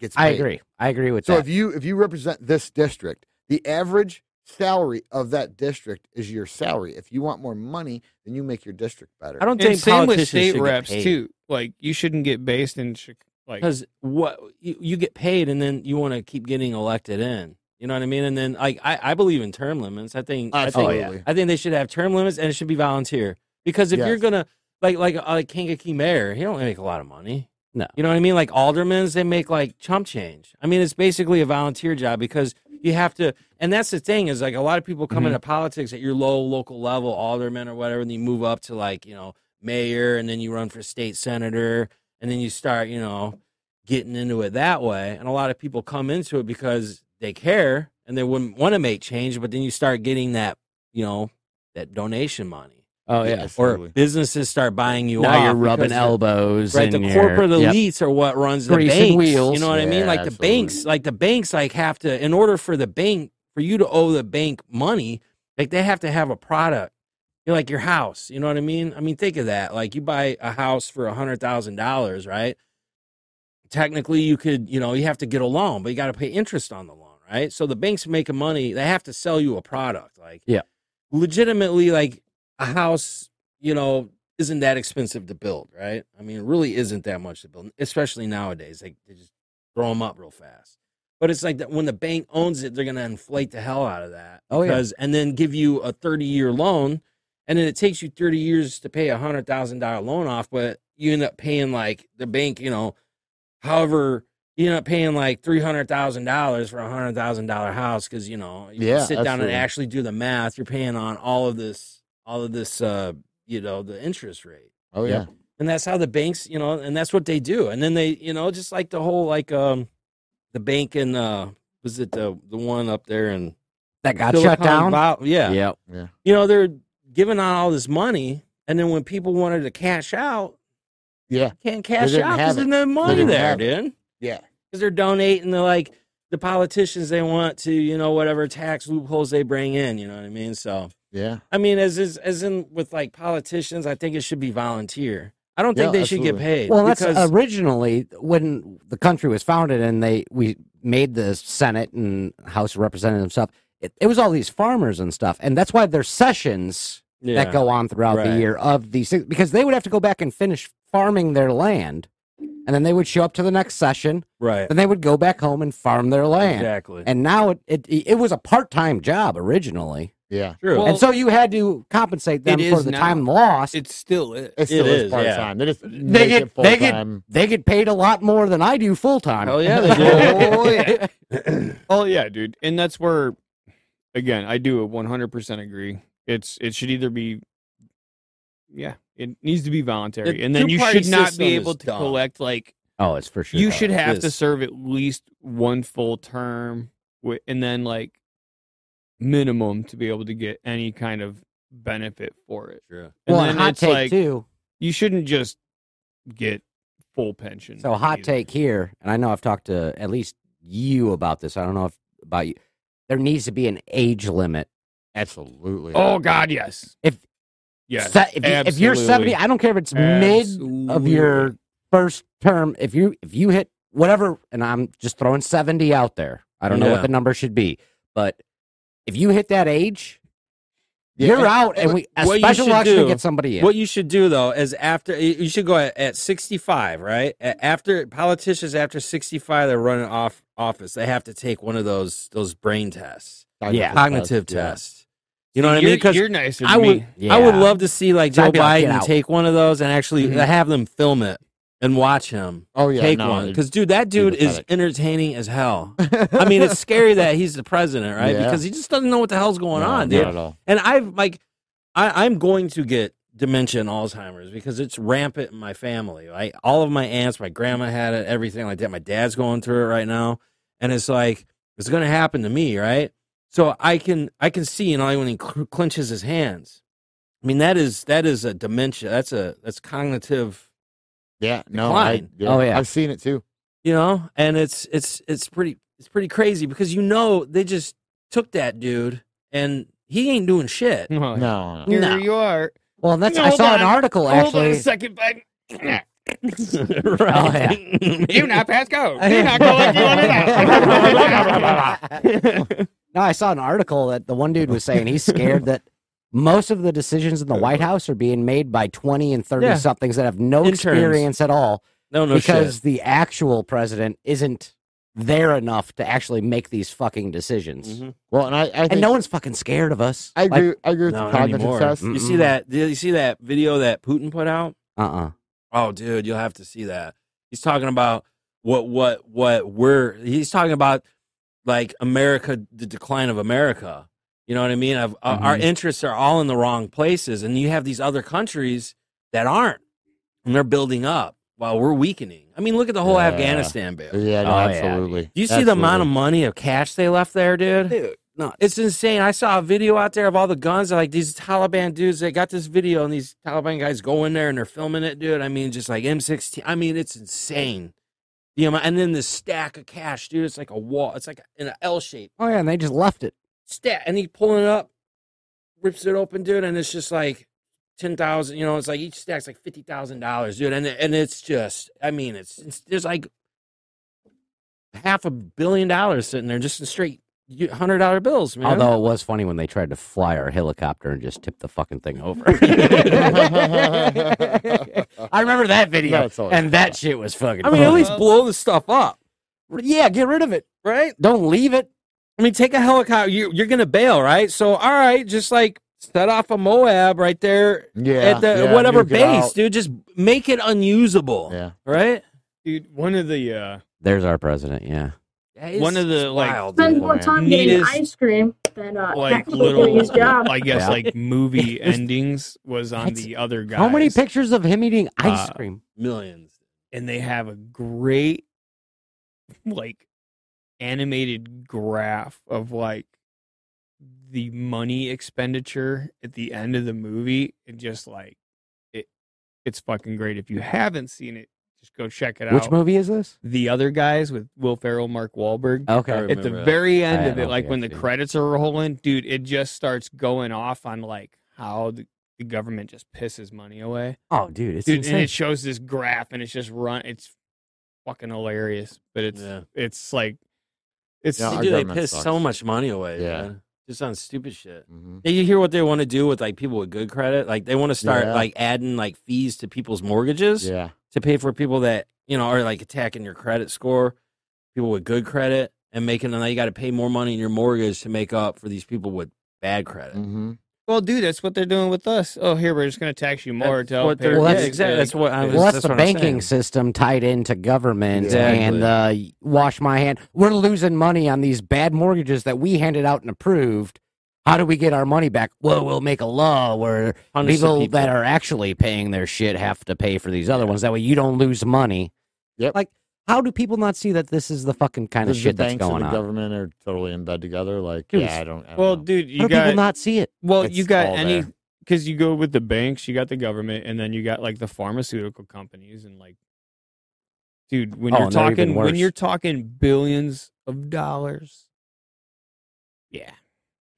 gets paid.
I agree. I agree with
So
that.
if you if you represent this district, the average salary of that district is your salary. If you want more money, then you make your district better.
I don't
And
think
same with
politicians
state
should get
reps
paid.
too. Like you shouldn't get based in Chi- like
because what you, you get paid and then you want to keep getting elected in you know what i mean and then like i, I believe in term limits i think I
oh,
think,
Absolutely.
I think they should have term limits and it should be volunteer because if you're
Yes.
gonna like like a like kankakee mayor he don't make a lot of money
No.
you know what i mean like aldermans they make like chump change i mean it's basically a volunteer job because you have to and that's the thing is like a lot of people come
Mhm.
into politics at your low local level alderman or whatever and you move up to like you know mayor and then you run for state senator and then you start you know getting into it that way and a lot of people come into it because they care and they wouldn't want to make change but then you start getting that you know that donation money
oh
Yeah,
yeah.
or
absolutely.
businesses start buying you
now
off
you're rubbing
because they're-
elbows.
right the
and you're-
corporate
yep.
elites are what runs the
Grease and
banks you
wheels.
know what i mean
Yeah,
like
absolutely.
the banks like the banks like have to in order for the bank for you to owe the bank money like they have to have a product you know, like your house you know what i mean i mean think of that like you buy a house for a hundred thousand dollars right technically you could you know you have to get a loan but you got to pay interest on the loan right so the banks making money they have to sell you a product like
Yeah.
legitimately like a house you know isn't that expensive to build, right? I mean, it really isn't that much to build, especially nowadays. They, they just throw them up real fast. But it's like that when the bank owns it, they're going to inflate the hell out of that.
Oh, yeah.
because- And then give you a 30 year loan. And then it takes you 30 years to pay a $100,000 loan off, but you end up paying like the bank, you know, however, you end up paying like $300,000 for a $100,000 house because, you know, you
Yeah,
sit down and
absolutely.
actually do the math. You're paying on all of this, all of this, uh, you know, the interest rate
oh yeah.
and that's how the banks you know and that's what they do and then they you know just like the whole like um the bank in uh was it the the one up there in
that got shut
Silicon
down.
Val- yeah.
Yep.
you know they're giving out all this money and then when people wanted to cash out
Yeah.
can't cash
didn't
out
have
because
it.
there's no money
didn't
there
have
dude
Yeah.
because they're donating the like the politicians they want to you know whatever tax loopholes they bring in you know what i mean so
Yeah.
I mean, as is, as in with like politicians, I think it should be volunteer. I don't think
Yeah,
they should get
absolutely.
paid.
Well, that's
because-
originally when the country was founded, and they we made the Senate and House of Representatives stuff. It, it was all these farmers and stuff, and that's why there's sessions
yeah.
that go on throughout
Right.
the year of these things because they would have to go back and finish farming their land, and then they would show up to the next session,
right.
then they would go back home and farm their land.
Exactly.
And now it, it it was a part time job originally,
Yeah.
True.
Well,
and so you had to compensate them
it
for
is
the
now.
time lost.
it still is.
It still is,
is,
part
yeah.
time. They just
they
make
get
it full
they get
time.
they get paid a lot more than I do full time.
Hell yeah, they do.
Oh, yeah.
Oh yeah, dude, and that's where, again, I do 100% agree. It's it should either be yeah, it needs to be voluntary,
The
and then you
two-party
should not
system
be able
is
to
dumb.
collect like
Oh, it's for sure.
you should have to
this-
serve at least one full term, wi- and then like minimum to be able to get any kind of benefit for it.
Sure.
well,
and
and
then
hot
it's
take
like
too.
you shouldn't just get full pension.
So hot
either.
take here, and I know I've talked to at least you about this. I don't know if about you. There needs to be an age limit.
Absolutely.
Oh God, yes,
If-
yes,
Se- if, you- if you're seventy, I don't care if it's mid of your
Absolutely.
first term. If you if you hit whatever, and I'm just throwing seventy out there. I don't know
Yeah.
what the number should be, but if you hit that age,
Yeah,
you're
and-
out, and we a
what you
special
should
election to
do-
get somebody in.
What you should do though is after you you should go at, at 65, right? A- After politicians after 65 they're running off office, they have to take one of those those brain tests,
yeah.
cognitive
test, yeah.
tests. You know what I mean?
You're-
Because
you're nicer.
I
than
would-
me.
yeah.
I would love to see like
So
Joe
I'd be like, "Get
Biden
out."
take one of those and actually
Mhm.
have them film it and watch him
Oh Mm-hmm. yeah.
take
no,
one.
it-
Because dude, that dude is
pathetic.
entertaining as hell. I mean, it's scary that he's the president, right?
Yeah.
Because he just doesn't know what the hell's going
No,
on,
not
dude.
at all.
And I've like, I, I'm going to get dementia and Alzheimer's because it's rampant in my family. Like all of my aunts, my grandma had it, everything like that. My dad's going through it right now, and it's like it's going to happen to me, right? So I can I can see you know like when he cl- clenches his hands. I mean that is that is a dementia. That's a that's cognitive.
Yeah. No. I,
Decline.
yeah,
Oh, yeah.
I've seen it too.
you know and it's it's it's pretty it's pretty crazy because you know they just took that dude and he ain't doing shit
No,
No. no.
here
Hmm. No.
you are.
Well, and that's I
Hold
saw an
on.
article
Hold on a
actually. Oh,
second, Biden.
Right.
Do not pass go. Do not go if you want it out.
No, I saw an article that the one dude was saying he's scared that most of the decisions in the White House are being made by 20 and 30
Yeah.
somethings that have no
Interns.
experience at all
no no
because
shit
the actual president isn't there enough to actually make these fucking decisions.
Mm-hmm.
Well, and I, I think,
And no one's fucking scared of us.
I agree. I agree with
No,
the
not
cognitive
anymore.
test.
Mm.
you see that did you see that video that putin put out
uh uh
oh dude you'll have to see that he's talking about what what what we're he's talking about like america the decline of america you know what i mean of uh, our interests are all in the wrong places and you have these other countries that aren't and they're building up while we're weakening i mean look at the whole
Yeah.
afghanistan bill
Yeah. No,
Oh, yeah.
absolutely.
do you see the amount of
Absolutely.
money of cash they left there, dude? Dude, no, it's insane. I saw a video out there of all the guns. Like these Taliban dudes, they got this video, and these Taliban guys go in there and they're filming it, dude. I mean, just like M16. I mean, it's insane. You know, and then this stack of cash, dude. It's like a wall. It's like in an L shape
Oh, yeah. And they just left it.
stat, and he pulling it up, rips it open, dude, and it's just like ten thousand. You know, it's like each stack's like fifty thousand dollars, dude, and and it's just, I mean, it's, it's there's like half a billion dollars sitting there just in straight hundred dollar bills, man.
Although it was funny when they tried to fly our helicopter and just tip the fucking thing over. I remember that video.
No, it's all-
and that shit was fucking
I mean, at
funny.
least blow the stuff up,
Yeah, get rid of it.
right?
Don't leave it.
I mean, take a helicopter. You, you're gonna bail, right? So, all right, just like set off a Moab right there
yeah,
at the
yeah,
whatever
nuke it out.
base, dude. Just make it unusable,
Yeah.
right?
Dude, one of the uh,
There's our president. Yeah.
One of the, like,
spend more
man.
time getting
Neatest,
ice cream than uh,
like
actually doing
little,
his job.
I guess
Yeah.
like movie endings was on
That's-
the other guys.
How many pictures of him eating ice
Uh,
cream?
millions.
And they have a great like animated graph of like the money expenditure at the end of the movie and just like it it's fucking great if you haven't seen it just go check it out
Which movie is this?
the other guys with Will Ferrell, Mark Wahlberg.
Okay.
Or-
At the
remember that.
very end
I
of
don't
it, like
think
when
I've
the
seen it.
credits are rolling, dude, it just starts going off on like how the, the government just pisses money away.
Oh, dude, it's
Dude, and
insane.
it shows this graph and it's just run it's fucking hilarious. But it's
Yeah.
it's like it's
Yeah, our
Dude, they
government
piss
sucks.
so much money away.
Yeah.
man. just on stupid shit.
Mhm.
Yeah, you hear what they want to do with like people with good credit? Like they want to start
Yeah.
like adding like fees to people's mortgages
Yeah.
to pay for people that you know are like attacking your credit score. People with good credit and making them. Now you got to pay more money in your mortgage to make up for these people with bad credit.
Mm.
Mm-hmm.
well, dude, that's what they're doing with us. Oh, here we're just gonna tax you more
That's
to help
what
pay
they're-
our
Well,
yeah,
kids.
that's-
exactly.
Like,
That's what I was.
well, that's, the
what I'm
banking
saying.
system tied into government
Exactly.
and uh, wash my hand. We're losing money on these bad mortgages that we handed out and approved. How do we get our money back? Well, we'll make a law where
Punish the
people,
people.
that are actually paying their shit have to pay for these other ones. That way you don't lose money.
Yep.
Like, how do people not see that this is the fucking kind of
The-
shit
the
that's
banks and
going
the
on?
government are totally in bed together. Like,
Dude,
yeah,
it's-
I don't. I don't
Well,
know.
dude,
How
you
do
got
people not see it?
well, you
it's
got
all
any
there.
because you go with the banks, you got the government, and then you got like the pharmaceutical companies, and like, dude, when
Oh,
you're
and they're even
talking when
worse.
you're talking billions of dollars, yeah,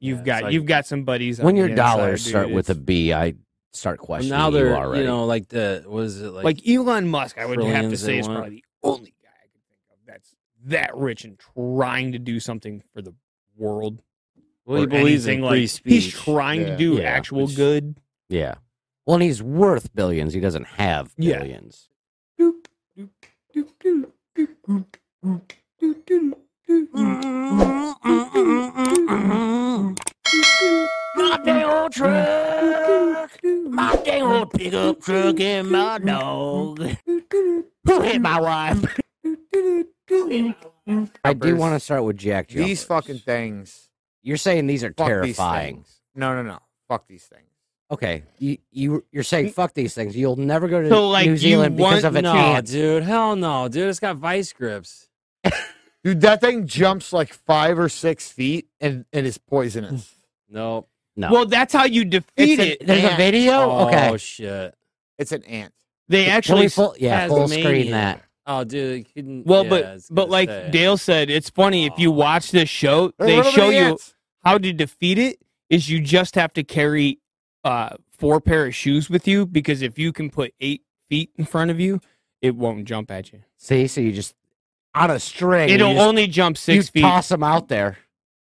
you've
Yeah, it's
got
like-
you've got some buddies. on
When
the
your
inside,
dollars
dude,
start with a
it's-
B, I start
Well,
questioning
now
you
they're
already.
you know like the was it like,
like Elon Musk, I would have to
trillions
say
and
is
one.
probably the only guy I can think of that's that rich and trying to do something for the world.
well, he
or
believes in
anything,
free
like,
speech.
He's trying
Yeah.
to do
Yeah.
actual
Which-
good.
yeah. Well, and he's worth billions. He doesn't have
Yeah.
billions. My dang old truck, my dang old pickup truck, and my dog. Who hit my wife? I do want to start with Jack. Jumpers.
these fucking things.
You're saying these are
Fuck
terrifying.
These things. No, no, no. Fuck these things.
Okay, you you you're saying fuck these things. You'll never go to
So, like,
New
you
Zealand because
want-
of a
no,
chance.
dude, hell no, dude. It's got vice grips.
Dude, that thing jumps like five or six feet and, and is poisonous.
Nope.
No.
Well, that's how you defeat
It's an
it.
There's a
ant.
video.
Oh,
okay,
shit.
It's an ant.
They
Can
actually
we full, yeah full screen
Tasmanian.
that.
Oh, dude, it couldn't.
well,
yeah, I
but
was
but
gonna
like
say.
Dale said, it's funny if you watch this show,
They're
they
little
show
bitty
you
ants.
how to defeat it is you just have to carry uh four pair of shoes with you because if you can put eight feet in front of you, it won't jump at you.
See, so you just on a string.
It'll
you just,
only jump
you
six feet.
toss them out there.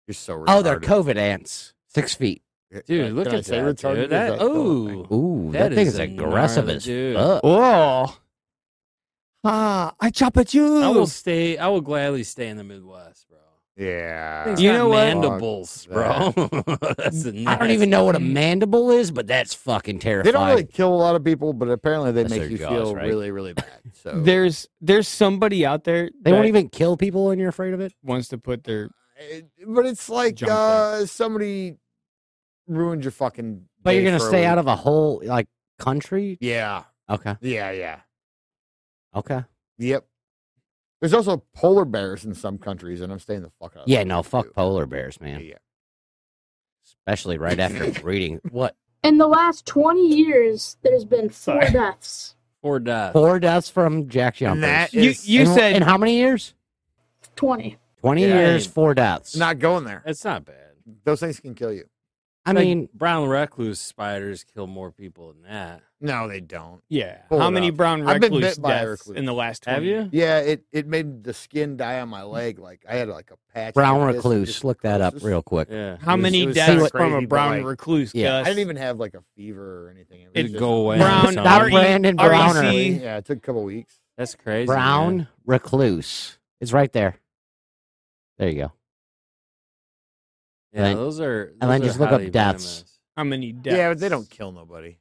You're so retarded.
Oh, they're COVID ants. Six feet.
dude,
Can
look
I
at
say
that,
retarded?
dude.
Is
That,
still a
ooh,
thing?
Ooh,
That
that, thing
is
is
a
aggressive
gnarly
as
dude.
fuck.
oh.
Oh,
Ah, I chop at you.
I will stay. I will gladly stay in the Midwest, bro.
Yeah.
Things
You
got
know what?
Mandibles, bro.
Fuck
That's a
I don't even know what a mandible is, but that's fucking terrifying.
They don't really kill a lot of people, but apparently they
That's
make
their
you
jaws,
feel
right?
really, really bad. So
There's there's somebody out there
They
that
won't even kill people, and you're afraid of it.
wants to put their
It- eh, but it's like
Jump
uh, somebody ruined your fucking.
But you're
day
gonna
for a
stay out
week.
of a whole like country.
Yeah,
Okay,
yeah, yeah.
okay.
Yep. There's also polar bears in some countries, and I'm staying the fuck out. of
Yeah,
them,
no,
too.
fuck polar bears,
Yeah,
man.
yeah.
Especially right after breeding. What
In the last 20 years, there's been four
Sorry.
deaths.
Poor death.
four deaths from Jack jumpers?
And that
You-
is
you-
In-
said-
in how many years?
20.
Twenty
Yeah, I
years,
mean,
four deaths.
not going there.
It's not bad.
Those things can kill you.
I
Like,
mean,
brown recluse spiders kill more people than that.
No, they don't.
yeah.
Pull
How
it
many
up.
brown
I've been
recluse
bit by a
deaths
recluse.
in the last 20
Have you?
Yeah, it, it made the skin die on my leg. Like I had like a patch.
brown
like this, and
recluse.
just
Look that up
necrosis.
real quick.
Yeah.
How
It was-
many
it was
deaths
kinda
from
crazy,
a
but,
brown
like,
recluse?
Yeah.
I
Gus?
didn't even have like a fever or anything. was
It'd
just-
go away.
Brown-
Sound-
Stop
R E-
Brandon
R E
Brown.
C-
already.
Yeah, it took a couple weeks.
That's crazy.
Brown
man.
recluse. It's right there. There you go.
Yeah,
Right.
those are. Those
And then
are
just look up
highly
deaths.
venomous.
How many deaths?
Yeah, but they don't kill nobody.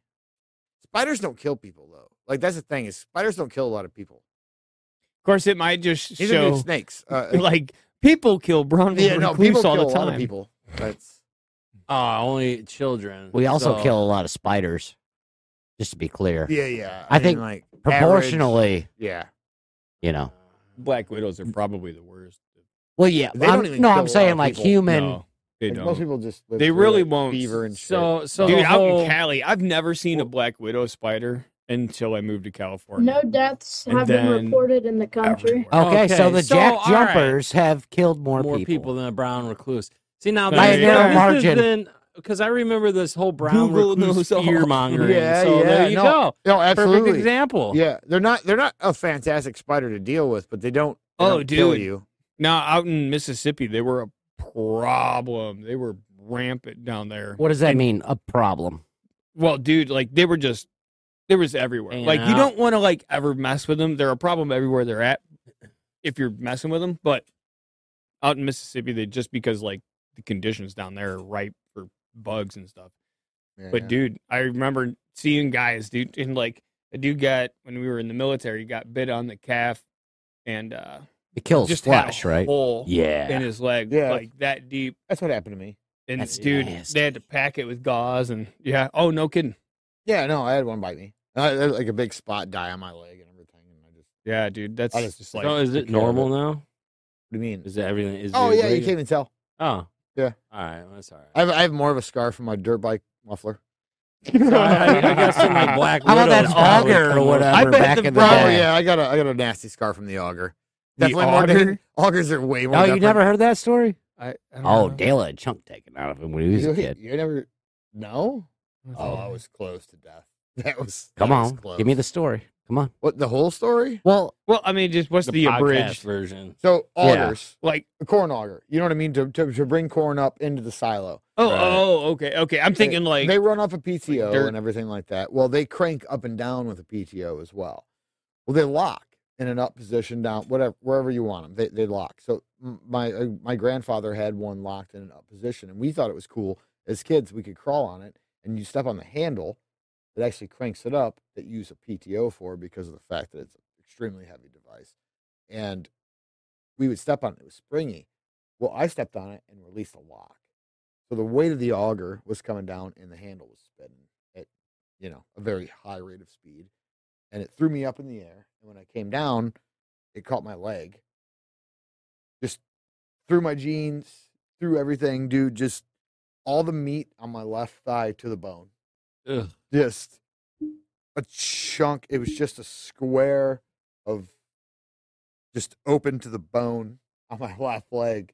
Spiders don't kill people though. Like that's the thing is spiders don't kill a lot of people.
Of course, it might just
Neither do
show
snakes. Uh,
like people kill brown
yeah, no,
recluse
people
all
kill
the
a lot of
time.
people. That's
Oh, only children.
We also
Mm-hmm. So-
kill a lot of spiders. Just to be clear,
yeah, yeah.
I think
like
proportionally,
average- yeah.
you
uh,
know.
Black widows are probably the worst.
Well, yeah.
They don't
I'm-
even
no,
kill a
I'm
lot
saying
of
like
people.
human.
no, they
Like,
don't.
most people just live
They
through,
really
like,
won't.
fever and shit.
So, so
Dude,
the
out
whole,
in Cali, I've never seen a black widow spider until I moved to California.
No deaths
And
have been
then
reported in the country.
Everywhere.
Okay, so
Okay,
the
so,
Jack
all right.
Jumpers have killed more,
more
people.
people than a brown recluse. See now,
By a narrow
margin.
because I remember this whole brown
Google
recluse
knows all.
fear mongering.
Yeah,
so
yeah,
there you
no,
go.
no, absolutely.
Perfect example.
Yeah, they're not they're not a fantastic spider to deal with, but they don't. They
Oh,
don't kill
dude.
you.
Now, out in Mississippi, they were a problem. They were rampant down there.
What does that
And-
mean? A problem?
Well, dude, like they were just they was everywhere.
Hanging
like you
out.
don't want to like ever mess with them. They're a problem everywhere they're at. If you're messing with them, but out in Mississippi, they just because like the conditions down there are ripe for bugs and stuff.
Yeah,
But
yeah.
dude, I remember seeing guys, dude, and like a dude got when we were in the military, he got bit on the calf and uh
It kills
just had a
flesh, right?
Hole
Yeah.
in his leg,
Yeah.
like that deep.
that's what happened to me.
And
That's
dude, they had to pack it with gauze and yeah. Oh, no kidding.
Yeah, no, I had one bite me. I I had like a big spot dye on my leg and everything, and I just.
Yeah, dude. That's
I just-
just
So
like
is it normal now?
What do you mean?
Is it everything? Is
Oh
it
yeah, you
legal?
can't even tell.
Oh
Yeah.
All right, well, that's all
I
right.
have, I have more of a scar from my dirt bike muffler.
So I, I, I guess in like Black
How about that
Widow's probably
auger or
promotes-
whatever?
I
Remember back
the
in the
probably-
day.
yeah. I got a I got a nasty scar from the auger.
The
Definitely more dan-
auger?
augers are way more.
Oh, you
different.
never heard that story?
I, I don't
Oh,
know.
Dale had a chunk taken out of him when he was
You,
a kid.
you never. No. Oh, I
Oh,
was close to death. That was.
Come
that was
on,
close.
give me the story. Come on.
What the whole story?
Well,
well, I mean, just what's the,
podcast
abridged?
version.
So
Yeah.
augers,
Like,
a corn auger. You know what I mean? To, to to bring corn up into the silo.
oh,
Right.
oh, okay, okay. I'm
They-
thinking like
they run off a PTO
dirt.
and everything like that. Well, they crank up and down with a PTO as well. Well, they lock in an up position, down, whatever, wherever you want them. They they lock. So m- my uh, my grandfather had one locked in an up position, and we thought it was cool as kids. We could crawl on it, and you step on the handle. It actually cranks it up. That you use a PTO for because of the fact that it's an extremely heavy device, and we would step on it. It was springy. Well, I stepped on it and released a lock. So the weight of the auger was coming down and the handle was spinning at, you know, a very high rate of speed. And it threw me up in the air. And when I came down, it caught my leg. Just through my jeans, through everything, dude. Just all the meat on my left thigh to the bone.
Ugh.
Just a chunk. It was just a square of just open to the bone on my left leg.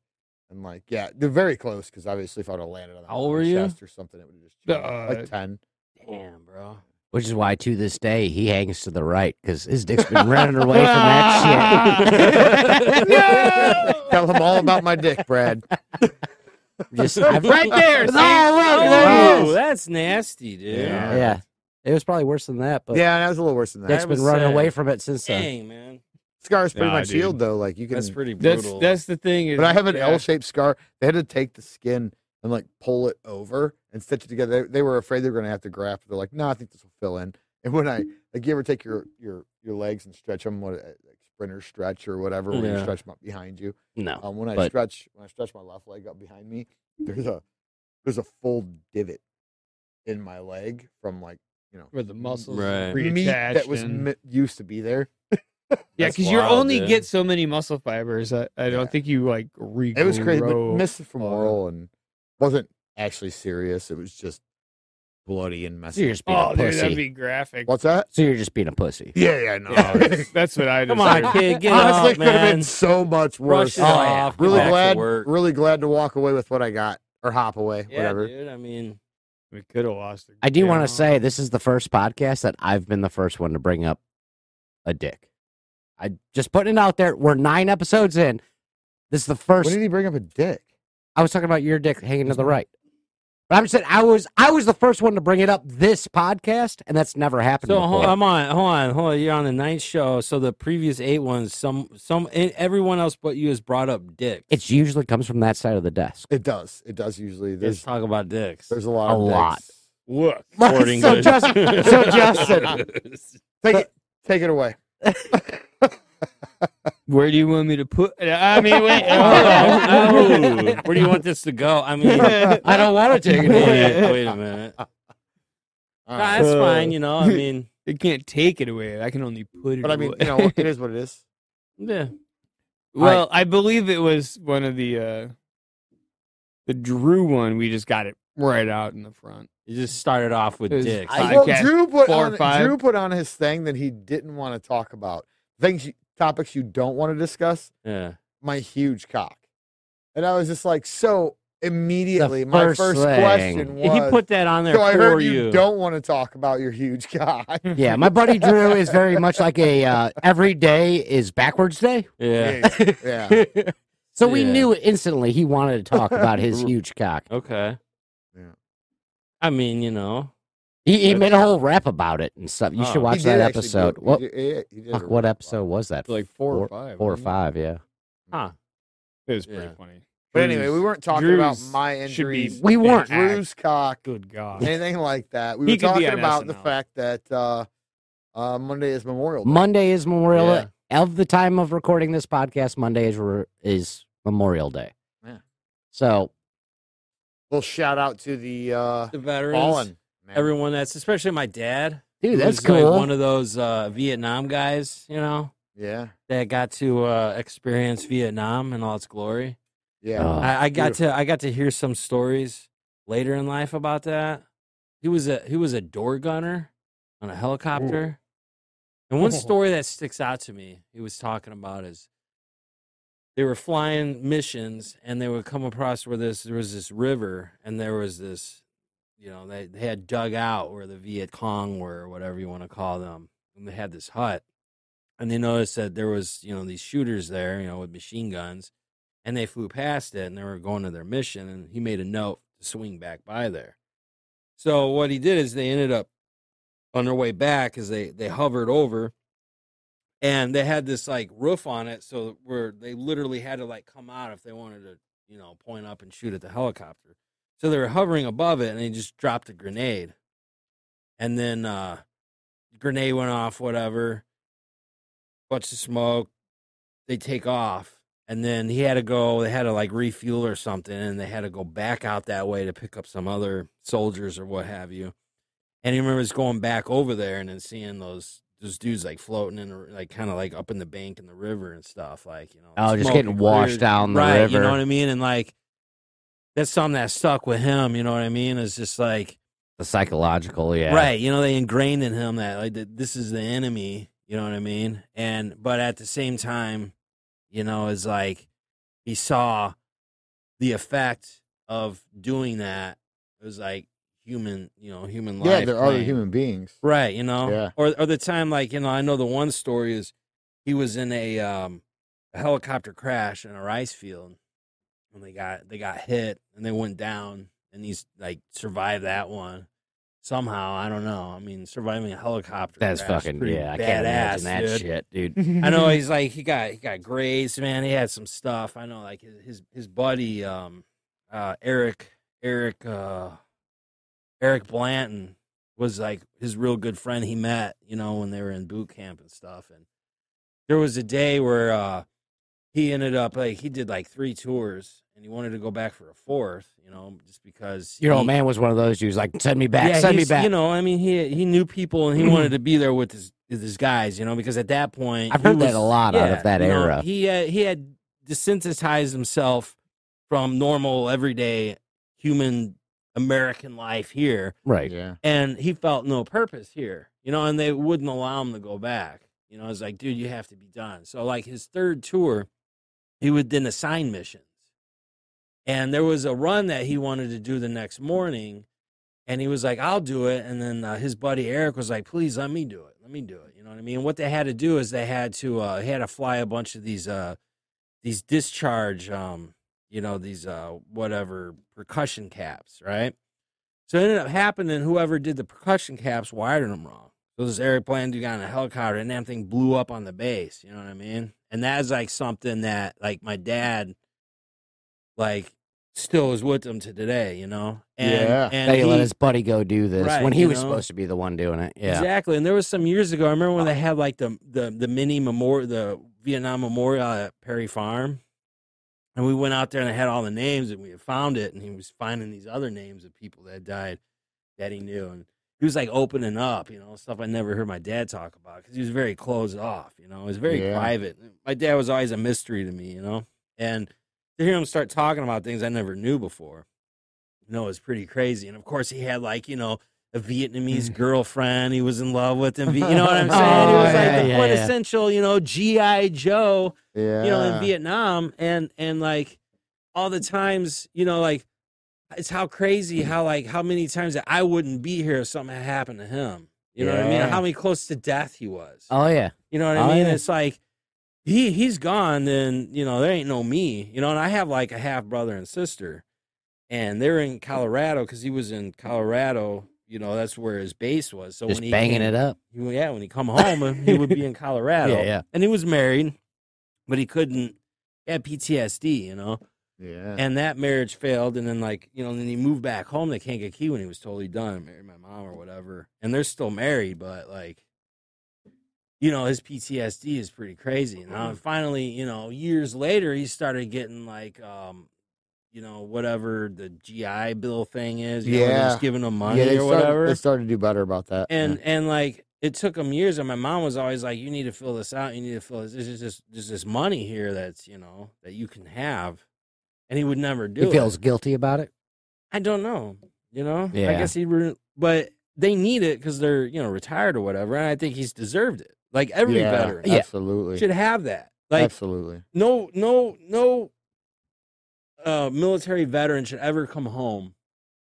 And like, yeah, they're very close because obviously if I would have landed on that
How old
on
were
my
you?
chest or something, it would have just chewed me.
Uh,
like ten.
Damn, bro.
which is why to this day he hangs to the right because his dick's been running away from that shit.
Tell them all about my dick, Brad.
Just I've-
right there. see?
there it
Oh,
is.
that's nasty, dude.
Yeah.
Yeah, it was probably worse than that, but
yeah, that was a little worse than that.
Dick's
That's-
been
was
running
sad.
away from it since then.
Dang, man.
Scar's pretty
Nah,
much
dude.
healed though. Like you can,
That's pretty
That's
brutal.
that's the thing. Is,
but I have an
yeah.
L-shaped scar. They had to take the skin and like pull it over and stitch it together. They, they were afraid they were going to have to graft. They're like, no, I think this will fill in. And when I like, you ever take your your your legs and stretch them, what uh, like sprinter stretch or whatever, where you
Yeah.
stretch them up behind you.
No,
Um, when I
but-
stretch when I stretch my left leg up behind me, there's a there's a full divot in my leg from like you know
where the muscles
Right.
reattached.
meat that was
and-
mi- used to be there.
yeah,
That's
because you
wild,
only
dude.
get so many muscle fibers. I, I
Yeah.
don't think you like regrow.
It was crazy, but missed it from
Oh, no.
oral and wasn't actually serious. It was just bloody and
so
messy.
you're just being
Oh,
a
dude,
pussy.
that'd be graphic.
What's that?
So you're just being a pussy.
Yeah, yeah, no.
Oh, that's, that's what I.
Come on,
deserve.
kid. Get
Honestly,
up,
could have
man.
been so much worse.
Brush it off. get
Really
back to
glad,
work.
really glad to walk away with what I got or hop away,
Yeah,
whatever.
dude. I mean,
We could have lost.
I do want
Yeah.
to say this is the first podcast that I've been the first one to bring up a dick. I just putting it out there. We're nine episodes in. This is the first.
When did he bring up a dick?
I was talking about your dick hanging to the right. But I'm saying I was I was the first one to bring it up this podcast, and that's never happened.
so
before.
hold, I'm on, hold on, hold on. You're on the ninth show, so the previous eight ones, some, some, and everyone else but you has brought up dicks.
It usually comes from that side of the desk.
It does. It does usually.
Let's
There's
talk about dicks.
there's a lot.
A
of dicks.
lot.
Look,
Sporting
so
goods.
Justin, so Justin,
Take it. Take it away.
where do you want me to put? I mean, wait.
Oh, oh. Where do you want this to go? I
oh.
mean,
I don't want to take
wait,
it. away.
wait a minute. No,
All right.
that's fine. You
Uh,
know, I mean,
It can't take it away. I can only put it.
But I mean,
away.
you know, it is what it is.
yeah.
Well, I, believe it was one of the uh the Drew one. We just got it right out in the front.
You just started off with
It was-
dicks.
I-
well,
podcast
Uh, Drew put
four or
on
five.
Drew put on his thing that he didn't want to talk about things, you, topics you don't want to discuss.
yeah.
My huge cock, and I was just like, so immediately,
The
my
first
first
thing.
question was,
he put that on there
so I
for
heard you, don't want to talk about your huge cock.
Yeah, my buddy Drew is very much like a uh, every day is backwards day.
Yeah.
yeah, yeah.
So we
Yeah.
knew instantly he wanted to talk about his huge cock.
Okay.
Yeah.
I mean, you know,
He, he made a whole rap about it and stuff. You
Oh.
should watch
He did
that
actually do it.
episode.
He
What
did- he- he did a
fuck? What
really
episode was that?
Like four,
Four-
or five.
Four or
wasn't it?
five? Yeah.
huh?
It was pretty
Yeah.
funny.
But anyway, we
Drew's-
weren't talking about
Drew's
my
should be-
injuries.
We weren't.
Yeah,
Drew's cock.
Good God.
anything like that. We
He
were
could be
talking
on
about the
SNL.
fact that uh, uh, Monday is Memorial Day.
Monday is Memorial
Yeah.
Of the time of recording this podcast, Monday is re- is Memorial Day.
Yeah.
So
Little shout out to the uh,
The veterans,
fallen. Man.
everyone that's especially my dad.
Dude, that's
who's, like,
cool.
one of those uh, Vietnam guys, you know,
yeah,
that got to uh, experience Vietnam in all its glory.
yeah.
Oh.
I, I got to I got to hear some stories later in life about that. He was a he was a door gunner on a helicopter. And one story that sticks out to me, he was talking about is they were flying missions and they would come across where this there was this river and there was this you know, they, they had dug out where the Viet Cong were or whatever you want to call them. And they had this hut. And they noticed that there was, you know, these shooters there, you know, with machine guns and they flew past it and they were going to their mission and he made a note to swing back by there so what he did is they ended up on their way back as they they hovered over and they had this like roof on it so where they literally had to like come out if they wanted to you know point up and shoot at the helicopter so they were hovering above it and they just dropped a grenade and then uh grenade went off whatever bunch of smoke they take off and then he had to go they had to like refuel or something and they had to go back out that way to pick up some other soldiers or what have you and he remembers going back over there and then seeing those those dudes like floating in the, like kind of like up in the bank in the river and stuff like you know
Oh, just
smoke
getting
and
washed
clear-
down the
right you
river.
know what i mean and like that's something that stuck with him you know what i mean it's just like
The psychological, yeah.
Right. You know, they ingrained in him that like that this is the enemy. You know what I mean? And but at the same time, you know, it's like he saw the effect of doing that. It was like human, you know, human life.
yeah, there are
playing.
human beings.
Right, you know.
Yeah.
Or or the time like, you know, I know the one story is he was in a um a helicopter crash in a rice field and they got they got hit and they went down and he's like survived that one somehow. I don't know. I mean surviving a helicopter
That's
crash is
fucking,
pretty
yeah. I can't
badass,
imagine that
dude.
shit, dude.
I know he's like he got he got grazed, man. He had some stuff. I know like his his, his buddy um uh Eric Eric uh Eric Blanton was like his real good friend he met, you know, when they were in boot camp and stuff and there was a day where uh he ended up like he did like three tours and he wanted to go back for a fourth, you know, just because
Your
he-
old man was one of those dudes like, send me back, send me
he's-
back. Mm-hmm.
You know, I mean, he he knew people and he wanted to be there with his with his guys. You know, because at that point,
I've
he
heard that
was-
a lot out of that
you know,
era.
he had, he had desensitized himself from normal everyday human American life here,
Right.
Yeah,
and he felt no purpose here. You know, and they wouldn't allow him to go back. You know, it's like, dude, you have to be done. So, like his third tour, he would then assign missions. And there was a run that he wanted to do the next morning. And he was like, I'll do it. And then uh, his buddy Eric was like, please let me do it. Let me do it. You know what I mean? What they had to do is they had to, uh, he had to fly a bunch of these, uh, these discharge, um, you know, these, uh, whatever percussion caps, right? So it ended up happening. Whoever did the percussion caps wired them wrong. So this Eric Blandu got in a helicopter and that thing blew up on the base. You know what I mean? And that is like something that like my dad, like, still is with him to today. You know? And,
Yeah.
And
They let
he-
his buddy go do this
Right,
when he
you
was
know?
supposed to be the one doing it. Yeah.
Exactly. And there was some years ago, I remember when they had like the the, the mini memorial, the Vietnam memorial at Perry Farm. And we went out there and they had all the names and we had found it. And he was finding these other names of people that died that he knew. And he was like opening up, you know, stuff I never heard my dad talk about because he was very closed off, you know, he was very
Yeah.
private. My dad was always a mystery to me, you know. And to hear him start talking about things I never knew before, you know, it was pretty crazy. And of course, he had like, you know, a Vietnamese girlfriend he was in love with. And, you know what I'm saying?
Mm.
he
Oh,
was like
yeah,
the
yeah, yeah.
quintessential, you know, G.I. Joe
yeah.
you know, in Vietnam and and like all the times, you know, like it's how
Mm.
crazy how like how many times that I wouldn't be here if something had happened to him. You know what I mean?
Yeah.
How many close to death he was.
Oh, yeah.
You know what
Oh,
I mean?
yeah.
It's like he he's gone, then you know there ain't no me. You know, and I have like a half brother and sister, and they're in Colorado because he was in Colorado. You know, that's where his base was. So
Just
when he
banging
came,
it up.
he- yeah, when he come home, uh, he would be in Colorado.
Yeah, yeah.
And he was married, but he couldn't. He had PTSD, you know,
yeah.
and that marriage failed. And then, like, you know, then he moved back home to Kankakee when he was totally done, married my mom or whatever. And they're still married, but like, you know, his PTSD is pretty crazy. And uh, finally, you know, years later, he started getting like, um, you know, whatever the GI Bill thing is. You know, where they're
Yeah.
just giving them money
yeah, they
or
started,
whatever.
They started to do better about that. yeah.
and and like it took them years. And my mom was always like, "You need to fill this out. You need to fill this. This is just there's this money here that's you know that you can have." And he would never do
He feels
it.
guilty about it.
I don't know. You know, I
Yeah.
guess he. Re- but they need it because they're you know retired or whatever, and I think he's deserved it. Like every
yeah,
veteran
absolutely,
should have that. Like
absolutely.
no no no uh military veteran should ever come home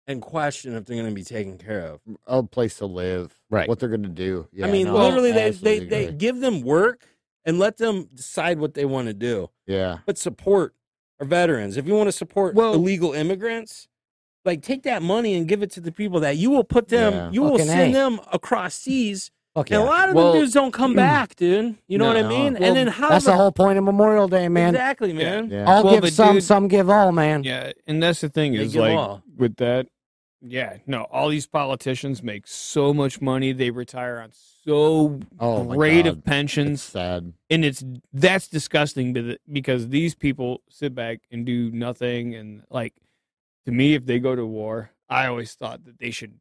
and question if they're going to be taken care of
A place to live,
Right.
What they're gonna do. Yeah,
i mean
no,
literally they, they
absolutely
they
agree.
give them work and let them decide what they want to do
yeah,
but support our veterans if you want to support
Well-
illegal immigrants like take that money and give it to the people that you will put them
Yeah.
you will
Fucking
send
A.
them across seas
Fuck
and a lot of
Well,
them dudes don't come back dude you know what i
mm. No.
mean
Well,
and then how
That's the whole point of Memorial Day, man.
exactly man
yeah.
All
Well,
give
but
some,
dude-
some give all, man.
Yeah, and that's the thing
They
is
give
like
all.
with that. Yeah, no, all these politicians make so much money. They retire on so
oh my
great
God.
of pensions.
It's sad.
and it's that's disgusting be- because these people sit back and do nothing and like to me if they go to war i always thought that they should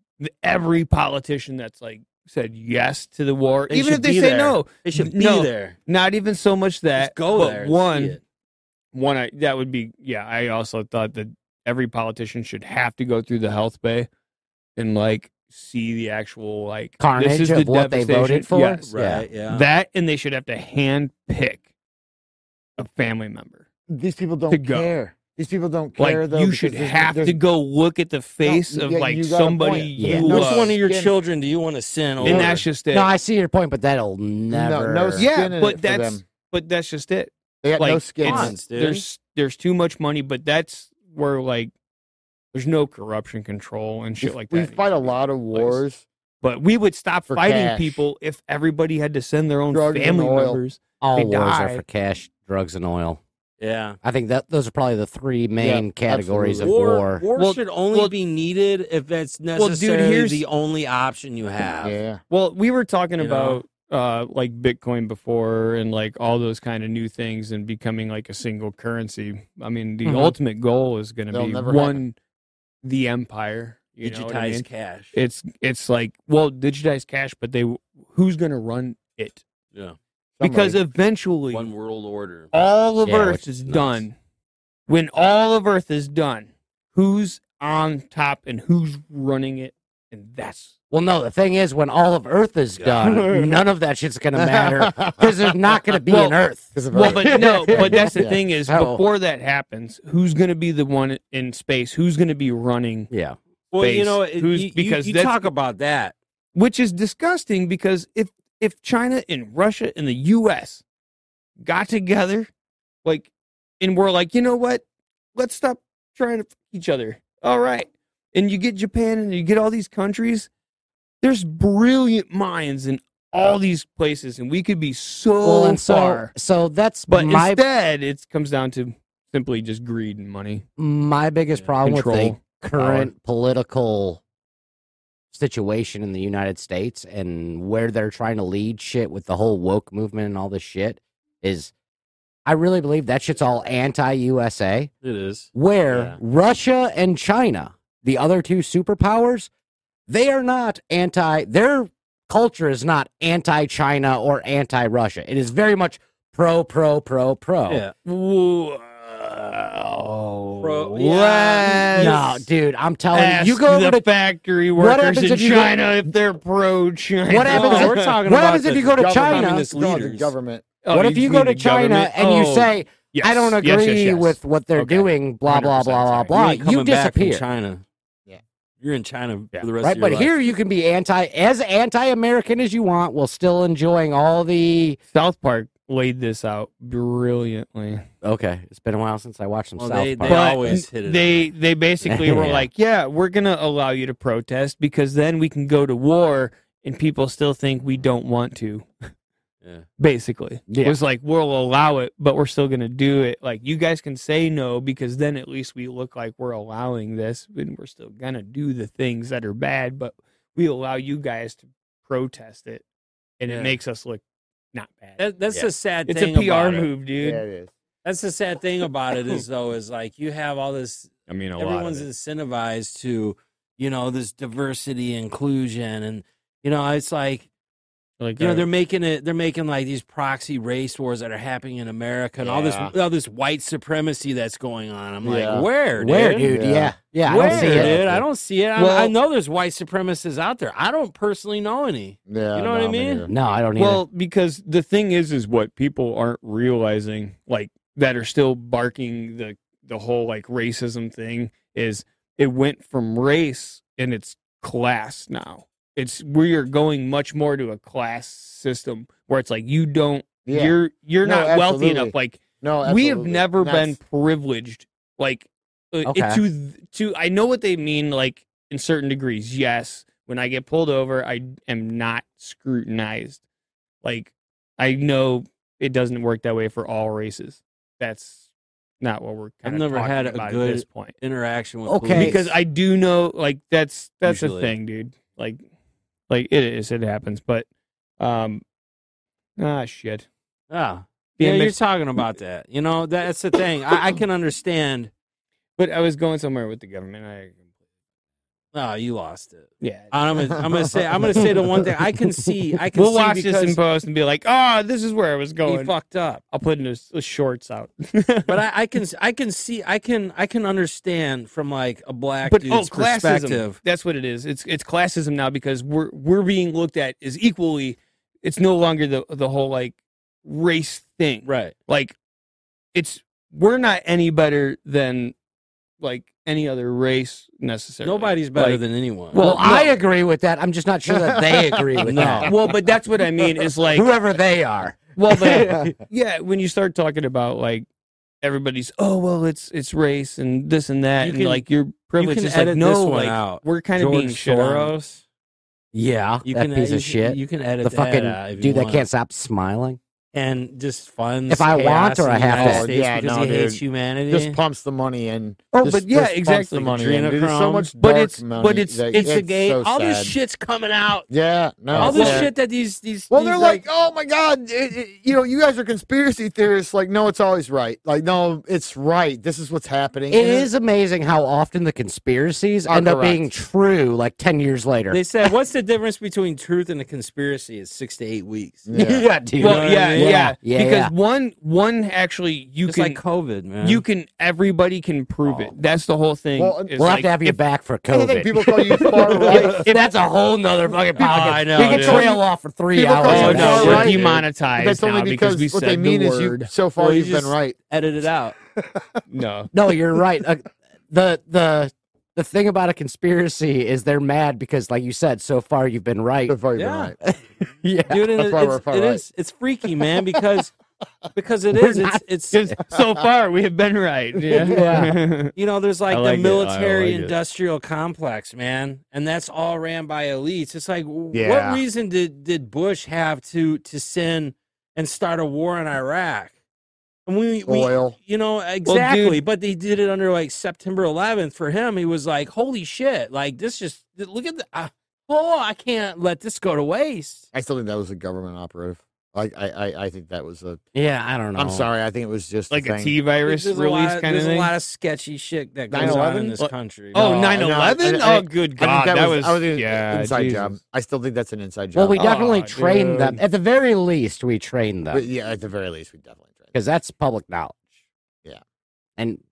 every politician that's like said yes to the war
They should
even if they
be
say
there.
no
they should be
No.
there
not even so much that
Just go
but
there and see
one
it.
one I, that would be yeah i also thought that every politician should have to go through the health bay and like see the actual like
Carnage
this is
of
the
what they
devastation.
voted for?
Yes.
right yeah,
That and they should have to hand pick a family member.
These people
To
don't
go.
care. These people don't care
Like
though.
you
because
should
there's-
have
there's-
to go look at the face of
yeah,
like
you got a
somebody
point.
you
Yeah.
love.
No,
Which one of your
Skin-
children do you want to sin over?
and that's just it.
No, I see your point, but that'll never.
No, no
Yeah,
skin in
but
it for
that's-
them.
but that's just it.
They got no
like,
skin. in
it's-
it.
Cons, dude.
there's there's too much money, but that's where like there's no corruption control and shit
We-
like
we
that.
fight a lot of wars.
but we would stop
for
fighting
cash.
people if everybody had to send their own
Drugs and
family
oil.
members.
all
They
wars
die.
are for cash, drugs, and oil.
yeah.
I think that those are probably the three main categories
absolutely.
of
War,
war.
war
Well-
should only
well-
be needed if that's
dude,
necessarily
here's-
the only option you have.
Yeah,
Well, we were talking
You know?
about uh like Bitcoin before and like all those kind of new things and becoming like a single currency. I mean, the
Mhm.
ultimate goal is going to
They'll
be
never
one the empire, you know
Digitized
what I mean?
cash.
It's it's like, well, digitize cash, but they who's going to run it?
yeah.
Because
Somebody-
eventually
One world order.
all of
Yeah,
Earth
which
is
is nuts.
done. When all of Earth is done, who's on top and who's running it? And that's
Well, no, the thing is, when all of Earth is done, none of that shit's gonna matter because there's not gonna be an
Well-
Earth.
'Cause of
Well,
Earth.
but no, but that's the
Yeah.
thing is
How-
before that happens, who's going to be the one in space? Who's going to be running?
Yeah,
Well, you
base.
know, it,
Who's-
you,
because
you, you
that's-
talk about that.
Which is disgusting because if if China and Russia and the U.S. got together, like, and we're like, you know what? Let's stop trying to fuck each other. All right, and you get Japan and you get all these countries. There's brilliant minds in all these places, and we could be so
well, and so
far.
so that's
But
my
instead, it comes down to simply just greed and money.
my biggest
Yeah.
problem with
Control,
the current political situation in the United States and where they're trying to lead shit with the whole woke movement and all this shit is I really believe that shit's all anti USA
It is.
where
Yeah.
Russia and China, the other two superpowers, they are not anti their culture is not anti China or anti Russia. It is very much pro pro pro pro.
Yeah.
Wow.
Bro,
Let's
No, dude, I'm telling
ask
you, you go
the
over to
factory
What
workers
happens
in
if you go-
China if they're pro China.
What happens
No,
if-
we're talking
what
about
happens if
the
you go to
government-
China?
communist
No, the
leaders.
government.
Oh,
what if you go
mean
to
the
China
government?
and you
Oh,
say,
yes,
I don't agree
yes, yes, yes.
with what they're
Okay.
doing, blah, blah,
100%
blah,
sorry.
blah, blah.
you ain't
You,
coming back from
disappear.
China.
Yeah.
You're in China
Yeah.
for the rest
Right,
of your
but
life.
here you can be anti as anti American as you want while still enjoying all the
South Park laid this out brilliantly.
Okay. It's been a while since I watched some
Well,
South
they-
Park.
they always hit it
They
on
they basically were
Yeah.
like, yeah, we're gonna allow you to protest because then we can go to war and people still think we don't want to.
Yeah.
basically.
Yeah.
It was like, we'll allow it, but we're still going to do it. Like, you guys can say no because then at least we look like we're allowing this and we're still going to do the things that are bad, but we allow you guys to protest it and
Yeah.
it makes us look not bad.
That, that's
Yeah.
the sad
it's a
thing.
PR
about it.
move, dude.
Yeah, it is.
That's the sad thing about it is though is like you have all this
I mean, a
everyone's
lot. Of it.
incentivized to, you know, this diversity inclusion and you know, it's like
Like,
you know
uh,
they're making it they're making like these proxy race wars that are happening in America and all this
Yeah.
all this white supremacy that's going on. I'm
Yeah.
like, where, dude?
Where, dude?
Yeah.
Yeah, yeah.
Where,
I don't see
dude?
it.
I don't see it. I-
Well-
I know there's white supremacists out there. I don't personally know any.
Yeah,
You know what I
no, me
mean?
neither.
No, I don't either.
Well, because the thing is, is what people aren't realizing, like that are still barking the the whole like racism thing is it went from race and it's class now. It's we are going much more to a class system where it's like you don't
Yeah.
you're you're
No,
not wealthy
absolutely.
enough. Like
no,
we have
absolutely.
never
And
been
that's-
privileged like uh, it-
Okay.
to th- to I know what they mean like in certain degrees yes when I get pulled over I am not scrutinized like I know it doesn't work that way for all races that's not what we're kind
I've never had a
at
good-
this point
Interaction with
Okay.
police.
because I do know like that's that's the
Usually.
thing dude like like it is it happens but um ah shit
yeah.
Being
Yeah, you're
mixed-
talking about that. You know, that's the thing. I, I can understand.
but I was going somewhere with the government I
Oh, you lost it.
yeah
I'm gonna, I'm gonna say I'm gonna say the one thing I can see. I can
we'll
see
watch this
because
in post and be like, "Oh, this is where I was
he
going."
fucked up.
I'll put in his, his shorts out.
But I, I can I can see I can I can understand from like a black
but oh,
dude's
classism.
perspective.
That's what it is. It's it's classism now because we're we're being looked at as equally. It's no longer the the whole like race thing.
Right.
Like it's we're not any better than like any other race necessarily.
Nobody's better
Like,
than anyone.
Well,
well,
I
no.
agree with that. I'm just not sure that they agree with
No.
that.
well, but that's what I mean. Is like
Whoever they are.
Well, but yeah, when you start talking about like everybody's, oh well, it's it's race and this and that,
You
and
can-
like your privilege
can
is like
edit
no,
this one
like
out.
we're kind
George
of being shit on.
Soros.
Yeah,
You
that
can uh,
piece
you
of
can-
shit.
You can edit
the
that
fucking
out if you
dude that
want.
can't stop smiling.
and just funds.
If I want
chaos
or I
in the
have to-
United States
Yeah,
because
no,
he hates
dude.
humanity.
just pumps the money in.
Oh,
Just-
but yeah,
just pumps
exactly.
The money in, dude. There's so
Adrenochrome.
much
But
dark
it's
money
but it's
that-
it's, a
Gay-
gay.
so
all this
sad.
shit's coming out.
Yeah, no,
all
it's
this
sad.
shit that these these.
Well,
these,
they're like, oh my god, it, it- you know, you guys are conspiracy theorists. Like, no, it's always right. Like, no, it's right. This is what's happening.
It is amazing how often the conspiracies
Are
end up being
correct.
true like 10 years later.
They said, "What's the difference between truth and a conspiracy? Is six to eight weeks."
Yeah.
dude.
know
Well,
what
yeah,
I
yeah,
mean?
yeah,
Yeah, yeah,
because
yeah.
one one actually you
It's
can
like Oh. COVID, man.
you can everybody can prove it. That's the whole thing.
Well,
is
we'll have
like,
to have you
if-
back for
I think
COVID.
people call you far right.
If that's a whole nother fucking podcast.
I know,
we could
Oh, dude.
trail off for three
People
hours.
call
Oh
on
you
that
no,
far
shit.
we're
right.
demonetized
That's
now
only because,
we
what
said
they mean
the
is you.
word.
So far,
Well, you
you've
just-
been right.
edit it out.
no.
No, you're right. Uh, the the the thing about a conspiracy is they're mad because, like you said, so far you've been right.
So far, you've
Yeah.
been right.
Yeah,
dude. And
That's
it,
why
it's,
we're far
it
right.
is- it's freaky, man, because because it
We're
is.
not-
it's it's
Just so far we have been right. Yeah.
Yeah.
you know, there's like,
I like it. I
the military
like it.
industrial complex, man, and that's all ran by elites. It's like, w-
Yeah.
what reason did did Bush have to to send and start a war in Iraq? And we, we
Oil.
you know, exactly.
dude-
but they did it under like September 11th. For him, he was like, holy shit, like this just look at the. Uh, Oh, I can't let this go to waste.
I still think that was a government operative. I, I, I- I think that was a.
yeah. I don't know.
am sorry. I think it was just
like
a
a
thing.
T virus
There's a
release
lot-
kind of
There's a
thing.
lot of sketchy shit that goes on
9/11?
in this
Well,
country.
Oh,
oh,
no,
9 11?
I- I-
Oh, good
I
God.
think
That, was,
I think it was
yeah,
inside
Jesus.
job. I still think that's an inside job.
Well, we
Oh,
definitely trained
dude.
them. At the very least, we trained
But
them
yeah, at the very least, we definitely tried.
because that's public knowledge.
Yeah.
and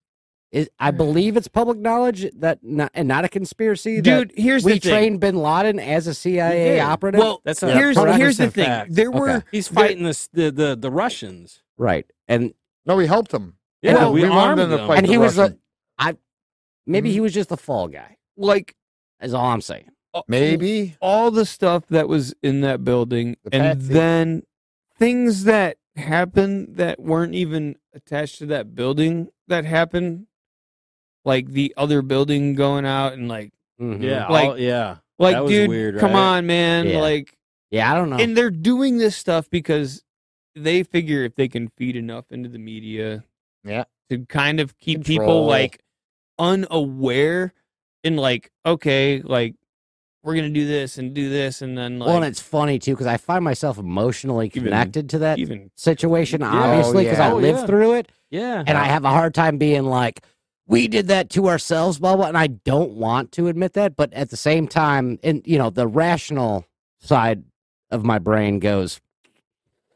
it, I believe it's public knowledge that not, and not a conspiracy. that
Dude, here's
we
the thing.
trained Bin Laden as a
We
CIA
did.
operative.
well,
That's not
here's,
correct.
here's the
That's a
thing.
fact.
There were.
Okay.
He's fighting this, the, the the Russians.
right, and
No, we helped them.
Yeah,
Well,
we,
we wanted
armed
them
them.
to fight. Like
and
the
he was a,
Russian-
I maybe
Mhm.
he was just the fall guy.
Like,
Is all I'm saying.
Maybe.
all the stuff that was in that building
The
and
patsy.
then things that happened that weren't even attached to that building that happened like the other building going out and like
Mhm.
Mm-hmm. yeah,
Like-
all- yeah.
like
That was
dude
weird,
come
right?
on man
Yeah.
like
yeah. I don't know.
and they're doing this stuff because they figure if they can feed enough into the media
Yeah.
to kind of keep people
Control.
like unaware and like okay like we're gonna do this and do this and then like
well, and it's funny too because I find myself emotionally
Even-
connected to that
even
situation,
Yeah.
obviously, because
yeah.
I
Oh,
lived
yeah.
through it,
Yeah.
and I have a hard time being like, we did that to ourselves, blah blah. And I don't want to admit that, but at the same time, and you know, the rational side of my brain goes,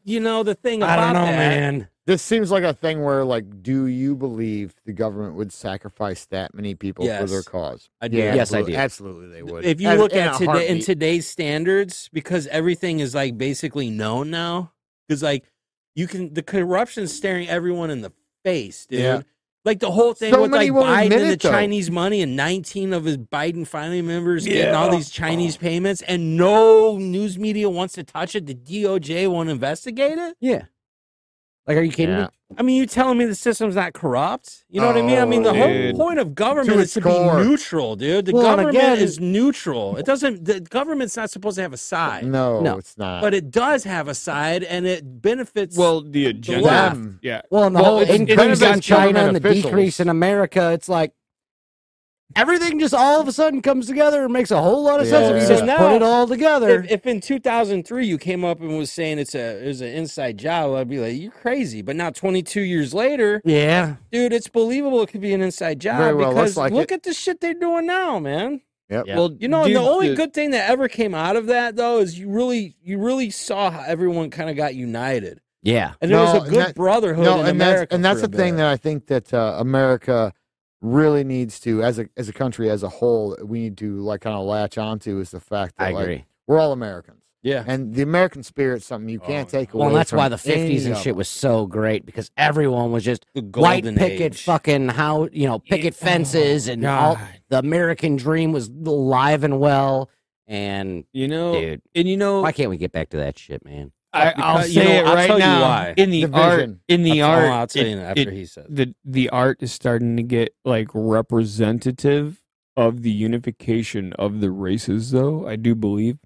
You know the thing
I
about
don't know,
that,
man.
This seems like a thing where, like, do you believe the government would sacrifice that many people for their
Yes.
cause?
I do.
Yes, I
absolutely-
do.
Absolutely, they would.
If you
As-
look
in
at
a
today in
heartbeat.
today's standards, because everything is like basically known now, because like you can the corruption's staring everyone in the face, dude.
Yeah.
Like the whole thing
So
with
many
like
will
Biden
admit
and the
it, though.
Chinese money and 19 of his Biden family members getting all
Yeah.
these Chinese payments and no news media wants to touch it. The DOJ won't investigate it.
yeah. Like, are you kidding
Yeah.
me?
I mean, you telling me the system's not corrupt? You know what I mean? I mean, the
Oh,
whole
dude.
point of government
To
is
its
to
core.
be neutral, dude. The
Well, and
government
again-
is neutral. It doesn't. The government's not supposed to have a side,
no,
No.
it's not.
but it does have a side, and it benefits.
Well, the agenda.
left.
Yeah.
Well, and the
Well,
whole
it's- it's
increase
benefits
in China
government
and the decrease
officials.
in America, it's like everything just all of a sudden comes together and makes a whole lot of sense if
Yeah.
you
So
just
now,
put it all together.
if, if in 2003 you came up and was saying it's a it was an inside job, I'd be like, you're crazy. But now 22 years later,
yeah.
dude, it's believable it could be an inside job
Very well, looks
because
like
look
it.
at the shit they're doing now, man.
Yep.
Yeah.
Well,
You know, and
dude,
the only
the-
good thing that ever came out of that though is you really, you really saw how everyone kind of got united,
Yeah.
and there
No,
was a
and
good
that-
brotherhood
no,
in
and
America.
that's and that's
for
the
a
thing
bit.
that I think that uh, America really needs to, as a as a country as a whole, we need to like kind of latch onto is the fact that
I
like,
agree.
we're all Americans,
yeah,
and the American spirit's something you
Oh,
can't
yeah.
take away.
Well, and that's why
from
the 50s
any
and
of
shit
it.
was so great because everyone was just
the
white
golden
picket
age.
fucking how, you know, picket
Yeah.
fences and all
God.
the American dream was alive and well. And
You know,
dude,
and you know,
why can't we get back to that shit, man?
I, I'll
Because- you know,
say it
I'll
right
tell you
now.
why.
In the art,
Division.
in the
That's all
art,
I'll tell you
it-
after
it-
he says.
the the art is starting to get like representative of the unification of the races, though. I do believe,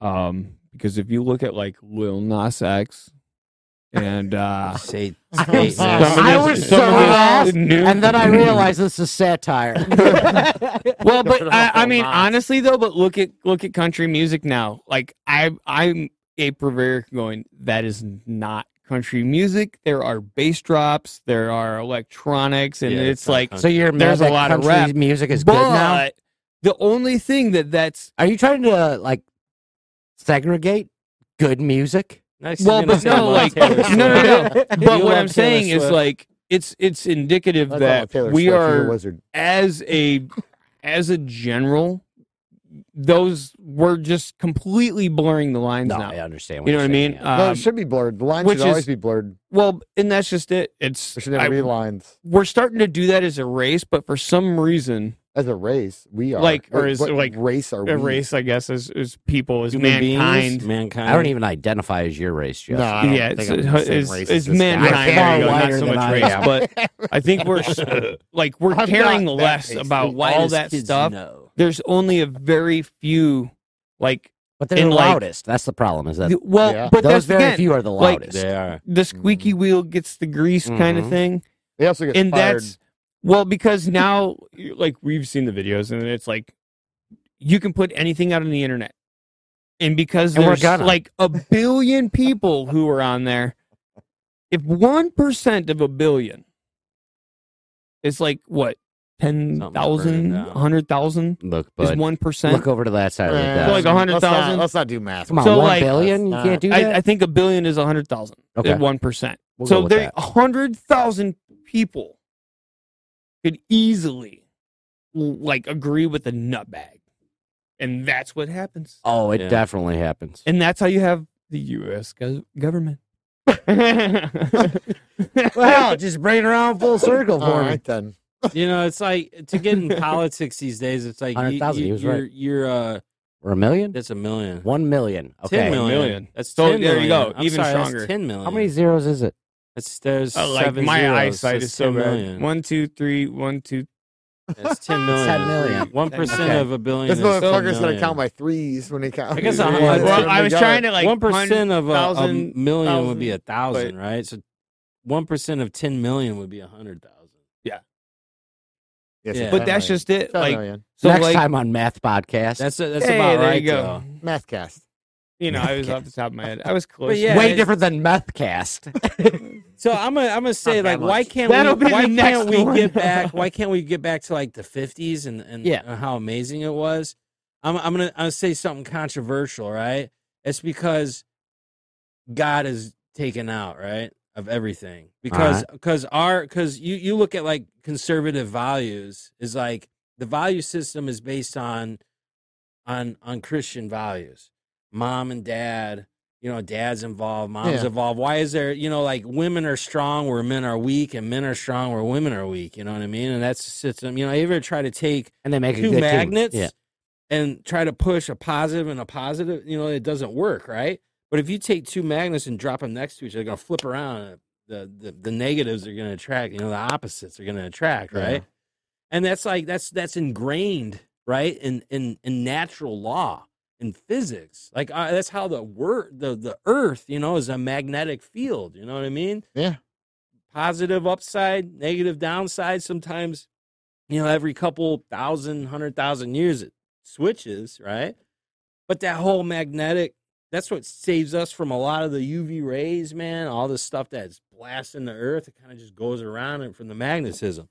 um, because if you look at like Lil Nas X and uh,
Say,
I
say
was-
that.
I
was so lost, And then I
realized.
realized this is satire.
well,
Go for
but
the
I, I
whole
mean,
lot.
honestly though, but look at look at country music now. Like I I'm a purveyor going that is not country music. There are bass drops, there are electronics, and
Yeah,
it's,
it's not
like
country.
so you're mad
There's a
that
lot of
country
rap,
music is
but
good now.
the only thing that that's
Are you trying to like segregate good music?
Next
well,
thing you're
but
gonna
no,
love
like no,
Taylor Swift.
no, no.
You
But
love
what I'm
Taylor
saying is
Swift.
like it's it's indicative
That's all
that
Taylor
we
Swift, she's
are
a wizard.
as a as a general, those we're just completely blurring the lines
No,
now.
I understand.
You know what I mean?
Uh,
no,
Um,
it should be blurred. The lines
which
should always
is-
be blurred.
well, and that's just it. It's
There should never
I-
be lines.
we're starting to do that as a race, but for some reason,
As a race, we are
Like, or
What-
is-
what
like,
race are we?
a race, I guess, is is people, is
Human beings,
mankind.
mankind.
I don't even identify as your race, Jeff.
No, I don't
yeah,
think
it's,
I'm the same
it's,
race
it's,
as this guy.
mankind.
You're
there you go,
far
not
whiter
so
than
much
I
race,
am.
but I think we're s- like we're
I'm
caring
not that
less
pasty.
about all that stuff.
No.
There's only a very few, like
But they're
And,
the
like,
loudest. That's the problem. Is that
the- well,
Yeah.
but
those
that's
very
again,
few are the
like,
loudest.
They are.
the squeaky wheel gets the grease kind of
Mhm.
thing.
They also get
and
fired.
that's well because now you- like we've seen the videos and it's like you can put anything out on the internet and because
And we're
there's
gonna.
like a billion people who are on there if 1% of a billion is like what
Something
10,000
to burn down.
100,000
Look,
is
bud.
1%
Look over to that side of the
Eh,
desk.
So, like,
let's not-
100,000?
Let's not do math.
Come on,
so,
one
like- uh,
billion? You
That's
can't do that.
I, I think a billion is 100,000
Okay.
at 1%
We'll go
so
with
there,
that.
a hundred thousand people could easily like agree with a nutbag, and that's what happens.
Oh, it
Yeah.
definitely happens.
And that's how you have the U.S. Go- government.
well, just bring it around full circle
All
for me.
right then.
You know, it's like to get in politics these days. It's like you,
100,000, he
you,
was
you're,
right.
you're uh,
Or a million?
that's a million.
One million. Okay.
Ten million.
Million.
That's
So
10
there you
million.
go,
I'm
even
sorry, that's
stronger.
Ten million.
How many zeros is it?
That's there's
Uh, like
seven
my
zeros.
eyesight
That's
is so
10
bad.
million.
One, two, three, one, two.
That's ten million.
10 million.
One percent
Okay.
of a billion.
This
is 10
motherfucker's gonna
million.
count by threes when he counts.
I guess
I,
I'm
Yeah,
like-
that's
well,
what
I
we
was
got.
trying to like
one percent of a, a
thousand-
million would be a
thousand,
thousand,
but-
right? So one percent of ten million would be a hundred thousand.
Yes,
Yeah.
it's
But
ten
that's
million.
just it.
Ten
Like
million.
so,
Next
like
time on Math Podcast.
That's a, that's
hey,
about
there
right.
you go.
though.
Mathcast.
You know, I was off the top of my head. I was close.
yeah,
way
it's-
different than Methcast.
So I'm gonna I'm gonna say
Not that
like why
much.
can't
That'll be
we
the
why
next
can't we
one.
get back why can't we get back to like the 50s and and,
Yeah.
and how amazing it was? I'm I'm gonna I'll say something controversial, right? It's because God is taken out, right, of everything because
Uh-huh.
because our because you you look at like conservative values is like the value system is based on on on Christian values, mom and dad, you know, dad's involved, mom's
Yeah.
involved. Why is there, you know, like women are strong where men are weak, and men are strong where women are weak. You know what I mean? And that's the system. You know, you ever try to take
and they make a
two
good team.
magnets
Yeah,
and try to push a positive and a positive? You know, it doesn't work, right? But if you take two magnets and drop them next to each other, they're gonna flip around. and The the, the negatives are gonna attract. You know, the opposites are gonna attract,
Yeah.
right? And that's like that's that's ingrained, right? In in in natural law in physics. Like uh, that's how the word the the earth, you know, is a magnetic field, you know what I mean?
Yeah.
Positive upside, negative downside sometimes you know every couple thousand, hundred thousand years it switches, right? But that whole magnetic that's what saves us from a lot of the UV rays, man, all the stuff that's blasting the earth, it kind of just goes around and from the magnetism.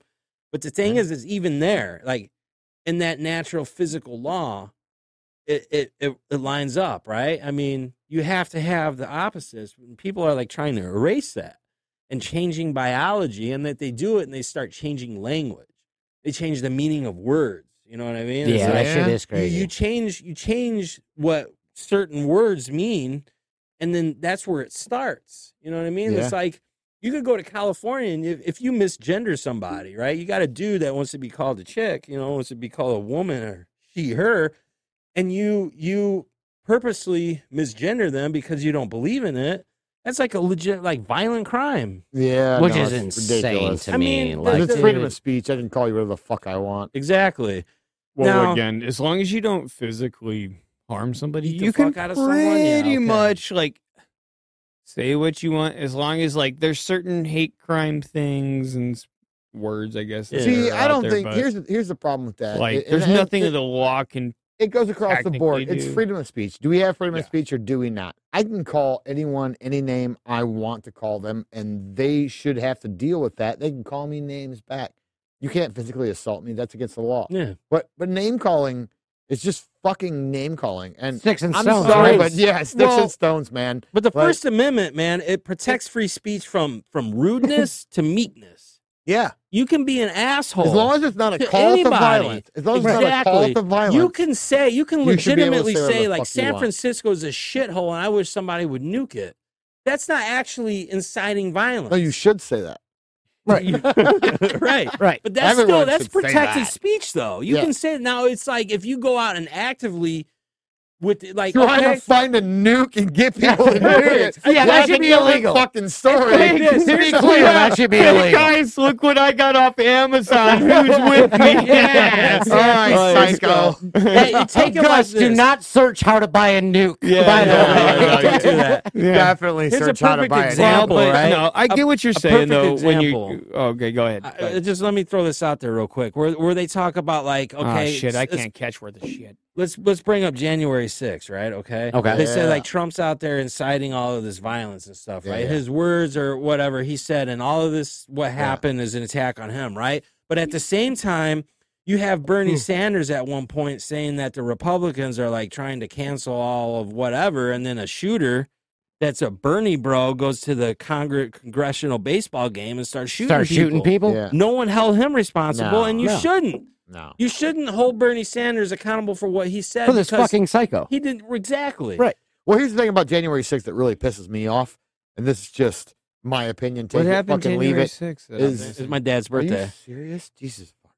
But the thing is, it's even there, like in that natural physical law, it, it it it lines up, right? I mean, you have to have the opposites. People are like trying to erase that and changing biology, and that they do it and they start changing language. They change the meaning of words. You know what I mean? It's
yeah,
like-
that shit
Yeah.
is
you,
crazy.
you change you change what certain words mean and then that's where it starts you know what i mean it's like you could go to california and if, if you misgender somebody right you got a dude that wants to be called a chick you know wants to be called a woman or she her and you you purposely misgender them because you don't believe in it that's like a legit like violent crime
Yeah,
Which
no,
is
it's
insane
ridiculous.
to
I
me.
mean,
like,
it's
dude.
freedom of speech. I can call you whatever the fuck I want.
exactly
Well,
Now-
again, as long as you don't physically harm somebody,
Beat the
you can
fuck out of someone? Yeah,
pretty
okay.
much like say what you want, as long as like there's certain hate crime things and s- words. I guess. that
See,
are
I
out
don't
there,
think
but,
here's the- here's the problem with that.
like
It-
there's
and- and
nothing
it-
that the law can.
It goes across the board.
Technically
It's
do.
freedom of speech. Do we have freedom of
Yeah.
speech or do we not? I can call anyone any name I want to call them, and they should have to deal with that. They can call me names back. You can't physically assault me. That's against the law.
yeah
But but name calling is just fucking name calling. And
sticks and
I'm
stones.
sorry,
right?
but yeah, sticks
Well-
and stones, man.
But the
Like-
First Amendment, man, it protects free speech from from rudeness to meekness.
Yeah,
You can be an asshole.
as long as it's not a
To
call
anybody.
to violence. As long as it's not a call
Exactly.
to violence.
you can say, you can
You should be able to
legitimately
say whatever
say,
the
like,
fuck you
San
want.
Francisco is a shithole, and I wish somebody would nuke it. That's not actually inciting violence.
no, you should say that.
right.
right.
But that's
Everyone
still that's
should say
protected
that.
speech, though. You
Yeah.
can say now. It's like if you go out and actively with like
trying
okay,
to find a nuke and get people to nuke it.
Yeah, that should
a
be
different
illegal.
Fucking story. to
Hey,
be
seriously.
clear,
that should be
Hey
illegal.
guys, look what I got off Amazon. Who's with me?
Yes. All right,
let's
psycho.
go.
hey, you take it like
Gus, do
this.
not search how to buy a nuke.
Yeah,
by the
yeah,
way.
yeah, yeah.
Don't do that.
Yeah.
definitely
Here's a
search how to
perfect
buy
example.
it.
but
right?
No, I get what you're saying
perfect
though. When you Oh,
example.
okay, go ahead.
I-
Go ahead.
I- just let me throw this out there real quick. Where where they talk about like
Oh,
Ah,
okay,
shit, I
let's-
can't catch worth a shit.
Let's let's bring up January 6th, right? Okay.
Okay.
They said
Yeah.
like Trump's out there inciting all of this violence and stuff,
Yeah,
right?
yeah.
His words or whatever he said, and all of this what happened is an attack on him, right? But at the same time, you have Bernie Sanders at one point saying that the Republicans are like trying to cancel all of whatever, and then a shooter that's a Bernie bro goes to the Congre- congressional baseball game and starts shooting
Start shooting people.
Yeah.
No one held him responsible,
No.
and you
No.
shouldn't.
No.
You shouldn't hold Bernie Sanders accountable for what he said
For this
because
fucking psycho.
he didn't exactly.
Right.
Well, here's the thing about January 6th that really pisses me off, and this is just my opinion. Take it, fucking leave it.
It's
Is
my dad's
are you
birthday.
serious? Jesus. fucking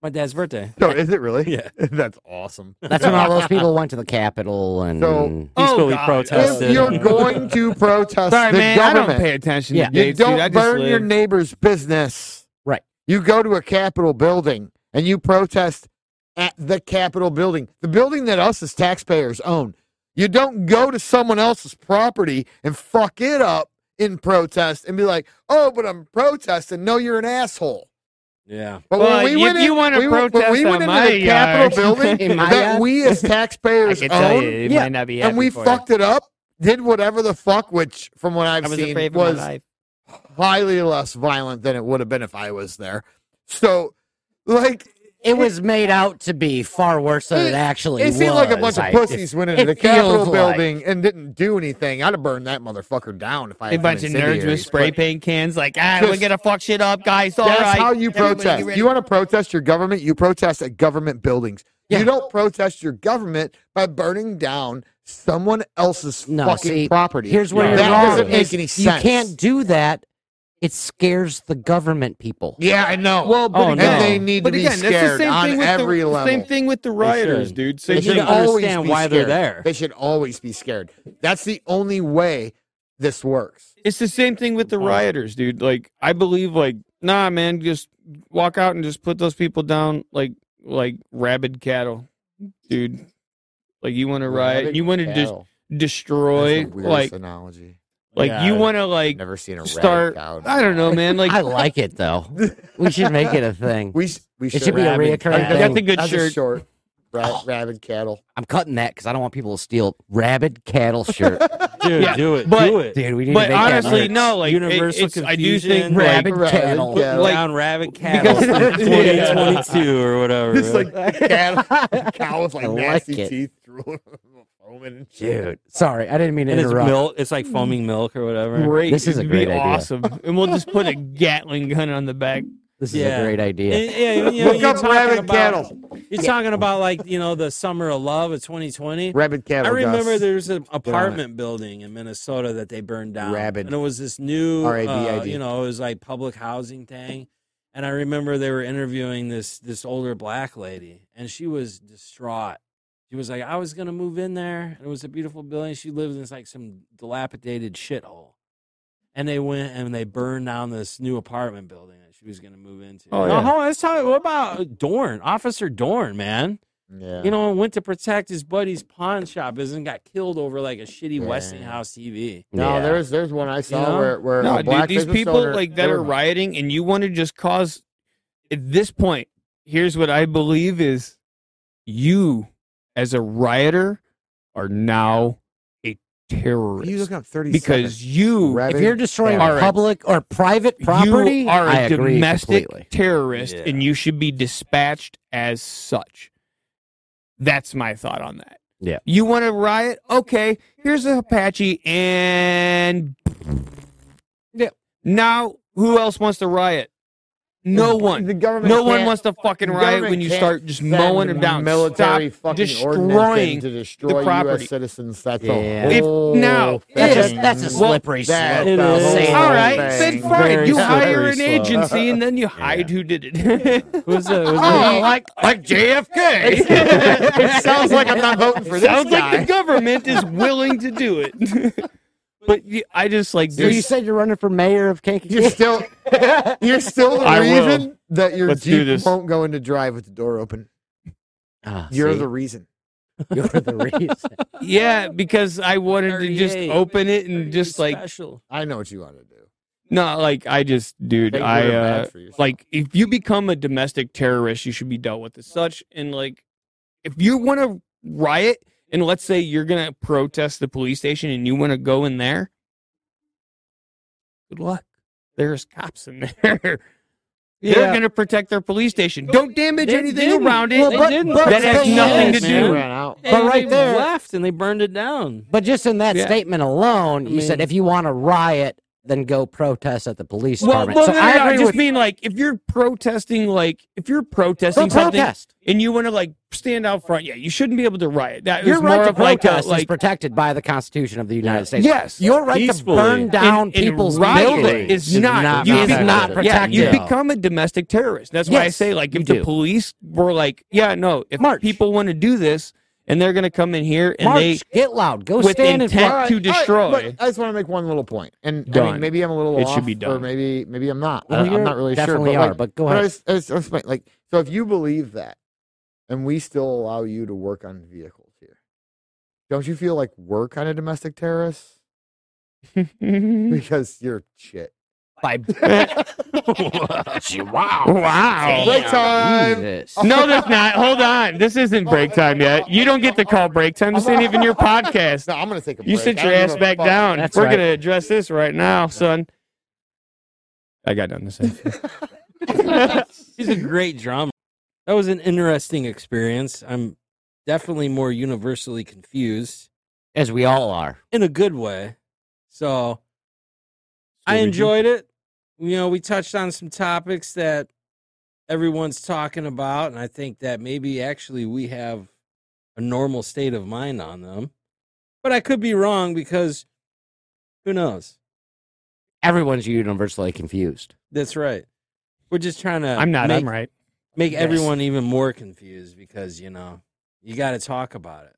My dad's birthday.
Christ. No, is it really?
Yeah.
That's awesome.
That's when all those people went to the Capitol and
So-
Peacefully
God.
If
protested.
you're going to protest
Sorry,
the
man.
government,
I don't pay attention
Yeah.
to
You
dates,
don't
dude. I just
burn your
live-
neighbor's business.
Right.
You go to a Capitol building and you protest at the Capitol building, the building that us as taxpayers own. You don't go to someone else's property and fuck it up in protest and be like, oh, but I'm protesting. No, you're an asshole.
yeah.
But
Well, if you wanna
we went- when
protest
we
on
went into
my
the Capitol
yard-
building
In my
that
yard?
we as taxpayers
I can tell
own,
you, it
Yeah.
might not be
and
happy
we
for you.
fucked it up, did whatever the fuck, which from what I've
I was
seen
afraid for my
was
life.
highly less violent than it would have been if I was there. So, like,
It was made out to be far worse than it,
It-
actually
it
was.
seemed like a bunch
I-
of pussies went into
it
the Capitol
feels like-
building and didn't do anything. I'd have burned that motherfucker down if I
A
had
bunch
been
of nerds with
incendiaries,
spray
but
paint cans, like, ah, we're
Just-
gonna fuck shit up, guys. All right.
That's how you
Everybody get
protest.
ready."
You want to protest your government? You protest at government buildings.
Yeah.
You don't protest your government by burning down someone else's
No,
fucking
see,
property.
Here's where
No,
you're
that
wrong.
doesn't make
is
any
You
sense.
can't do that. It scares the government people.
Yeah, I know.
Well, but
Oh,
and
again,
no.
they need
but
to be
again, that's the
scared
same thing
on
with
every
the
level.
same thing with the rioters,
should.
dude. Same
They
They
should
should
thing.
always
understand
be
why they're
scared.
there.
They should always be scared. That's the only way this works.
It's the same thing with the rioters, dude. Like I believe, like nah, man, just walk out and just put those people down, like like rabid cattle, dude. Like you want to riot, you want to just
Cattle.
destroy,
That's the weirdest
like
analogy.
like you want to like.
I've never seen a rabid
start-
cow.
I don't know, man. Like
I like it though. We should make it a thing.
We s- we
It should be a
rabid
reoccurring
cattle.
thing.
That's a good
That's
shirt.
short. Ra- rabid cattle.
I'm cutting that because I don't want people to steal rabid cattle shirt.
Dude,
Yeah,
do it.
but-
do it.
Dude, we need
But
to make
honestly,
that merch.
no, like it-
Universal
it's- I do
confusion,
think like,
rabid
Rabid
cattle.
cattle.
like-
Down rabbit cattle
Because-
in
Yeah.
2022 or whatever.
Just
right?
like cattle, cow with
I
like
like
nasty
it.
teeth, drooling, foaming and shit.
dude. Sorry, I didn't mean to
and it's
interrupt.
milk. It's like foaming milk or whatever.
great.
This is a
It'd
great
be
idea.
awesome, and we'll just put a Gatling gun on the back.
this is
Yeah.
a great idea.
And- yeah, you know,
Look
you're
up
talking
rabid
about-
cattle.
You're talking about like you know the summer of love of 2020.
Rabid
I
cattle.
remember
Gus.
there was an apartment building in Minnesota that they burned down.
Rabid.
And it was this new, uh,
R.A.B.I.D..
you know, it was like public housing thing. And I remember they were interviewing this this older black lady, and she was distraught. She was like, "I was gonna move in there, and it was a beautiful building. She lived in this, like some dilapidated shithole." And they went and they burned down this new apartment building that she was gonna move into.
Oh,
Now,
yeah.
hold on, let's talk. What about uh, Dorn, Officer Dorn, man?
Yeah.
you know, went to protect his buddy's pawn shop, isn't got killed over like a shitty
Yeah.
Westinghouse TV.
no,
Yeah.
there's there's one I saw
know?
where where
No,
a black
Uh, dude, these
business
people
owner-
like
they
that
were-
are rioting, and you want to just cause. At this point, here's what I believe is: you, as a rioter, are now a terrorist
You looking up thirty
because you
Rabid
if you're destroying
cattle.
Alright.
public or private property,
you are
I
a
agree
domestic
completely.
terrorist,
Yeah.
and you should be dispatched as such. That's my thought on that.
Yeah.
You want to riot? Okay, here's a Apache, and yeah. Now, who else wants to riot? No one.
The government.
No one
can't-
wants to fucking
the
riot
government
when you
can't
start just
send
mowing them down.
Military
Stop
fucking ordinance in
destroying.
to destroy
property.
U.S. citizens. That's
Yeah.
a
If-
whole
now,
thing.
That's, just, that's a
Well,
slippery
that's
slope.
It
the
is.
whole
Same.
All right,
thing.
then fine.
Very
You
slippery
hire an
slope.
agency, and then you hide who did it.
Who's the, who's
Oh, like
like JFK.
it sounds like I'm not voting for this
Sounds
guy.
like the government is willing to do it. but you, I just like
So you
this.
said you're running for mayor of Kankakee?
you're still, you're still the
I will.
reason that your
Let's do
Jeep
this.
won't go into drive with the door open.
Ah,
You're
see?
the reason.
you're the reason.
yeah, because I wanted to just
38.
open it and just like
special.
I know what you want to do.
no, like I just dude,
Take
I
word
uh,
back for yourself.
like if you become a domestic terrorist, you should be dealt with as such. And like if you want to riot and let's say you're gonna protest the police station and you want to go in there, good luck. There's cops in there. They're
Yeah.
going to protect their police station. Don't damage
They
anything
didn't.
around it.
Well,
They
but-
didn't.
but
That has
the thing
nothing
is,
to
Man,
do-
ran out.
But
right
right
there-
there, left and they burned it down.
But just in that
Yeah.
statement alone,
I
you said
mean-
if you want to riot, then go protest at the police
Well,
department.
well
so
no, no,
I
no, I,
agree
just
with
mean like if you're protesting, like if you're
Go
protesting something
protest.
and you want to like stand out front, yeah, you shouldn't be able to riot. That
Your
was
right
more
to
of like a,
protest is
like
protected by the Constitution of the United States.
yes,
Your right
Peacefully.
to burn down
and,
people's
and riot
buildings
is not,
not
you
is
protected.
be-
not
Yeah,
protected.
you
Yeah.
become a domestic terrorist. That's why I
Yes,
say like
you
if the
do.
police were like, yeah, no, if
March.
people want to do this and they're going to come in here and
March,
they
get loud. Go
with
stand in
intent
front.
to
All right, all right,
destroy.
but I just want to make one little point, and I mean,
Done.
maybe I'm a little
It
off,
should be
or
done.
maybe maybe I'm not.
uh,
Well,
I, am
you're
not really
definitely
sure. But
are,
like,
but go ahead.
I was- I was- I was explaining, like, so if you believe that, and we still allow you to work on vehicles here, don't you feel like we're kind of domestic terrorists
Mm.
because you're shit?
By
wow.
Break time.
Jesus.
No, there's not. Hold on. This isn't break time yet. You don't get to call break time. This ain't even your podcast.
No, I'm gonna take a
You
break.
sit
I
your
don't
ass
give a
back
fuck.
down.
That's
We're
right.
going to address this right now, son. I got done the same.
He's a great drummer. That was an interesting experience. I'm definitely more universally confused
as we all are.
in a good way. So I enjoyed it. You know, we touched on some topics that everyone's talking about, and I think that maybe actually we have a normal state of mind on them. But I could be wrong because who knows?
Everyone's universally confused.
That's right. We're just trying to.
I'm not.
Make,
I'm right.
Make
Yes.
everyone even more confused because you know you got to talk about it.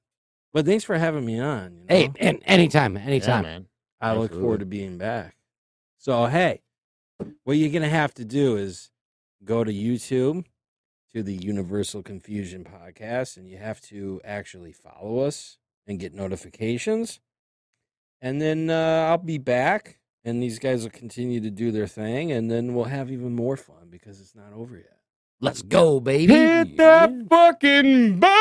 But thanks for having me on. You know?
Hey, and anytime,
Yeah,
anytime.
man.
I look forward to being back. So hey, what you're gonna have to do is go to YouTube to the Universal Confusion podcast, and you have to actually follow us and get notifications. And then uh, I'll be back, and these guys will continue to do their thing, and then we'll have even more fun because it's not over yet.
Let's go, baby.
Hit that fucking bell.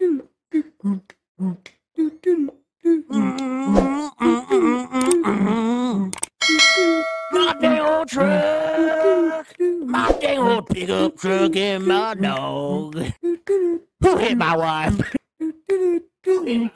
Mm-hmm, My dang old truck, my dang old pickup truck, and my dog. Who hit my wife?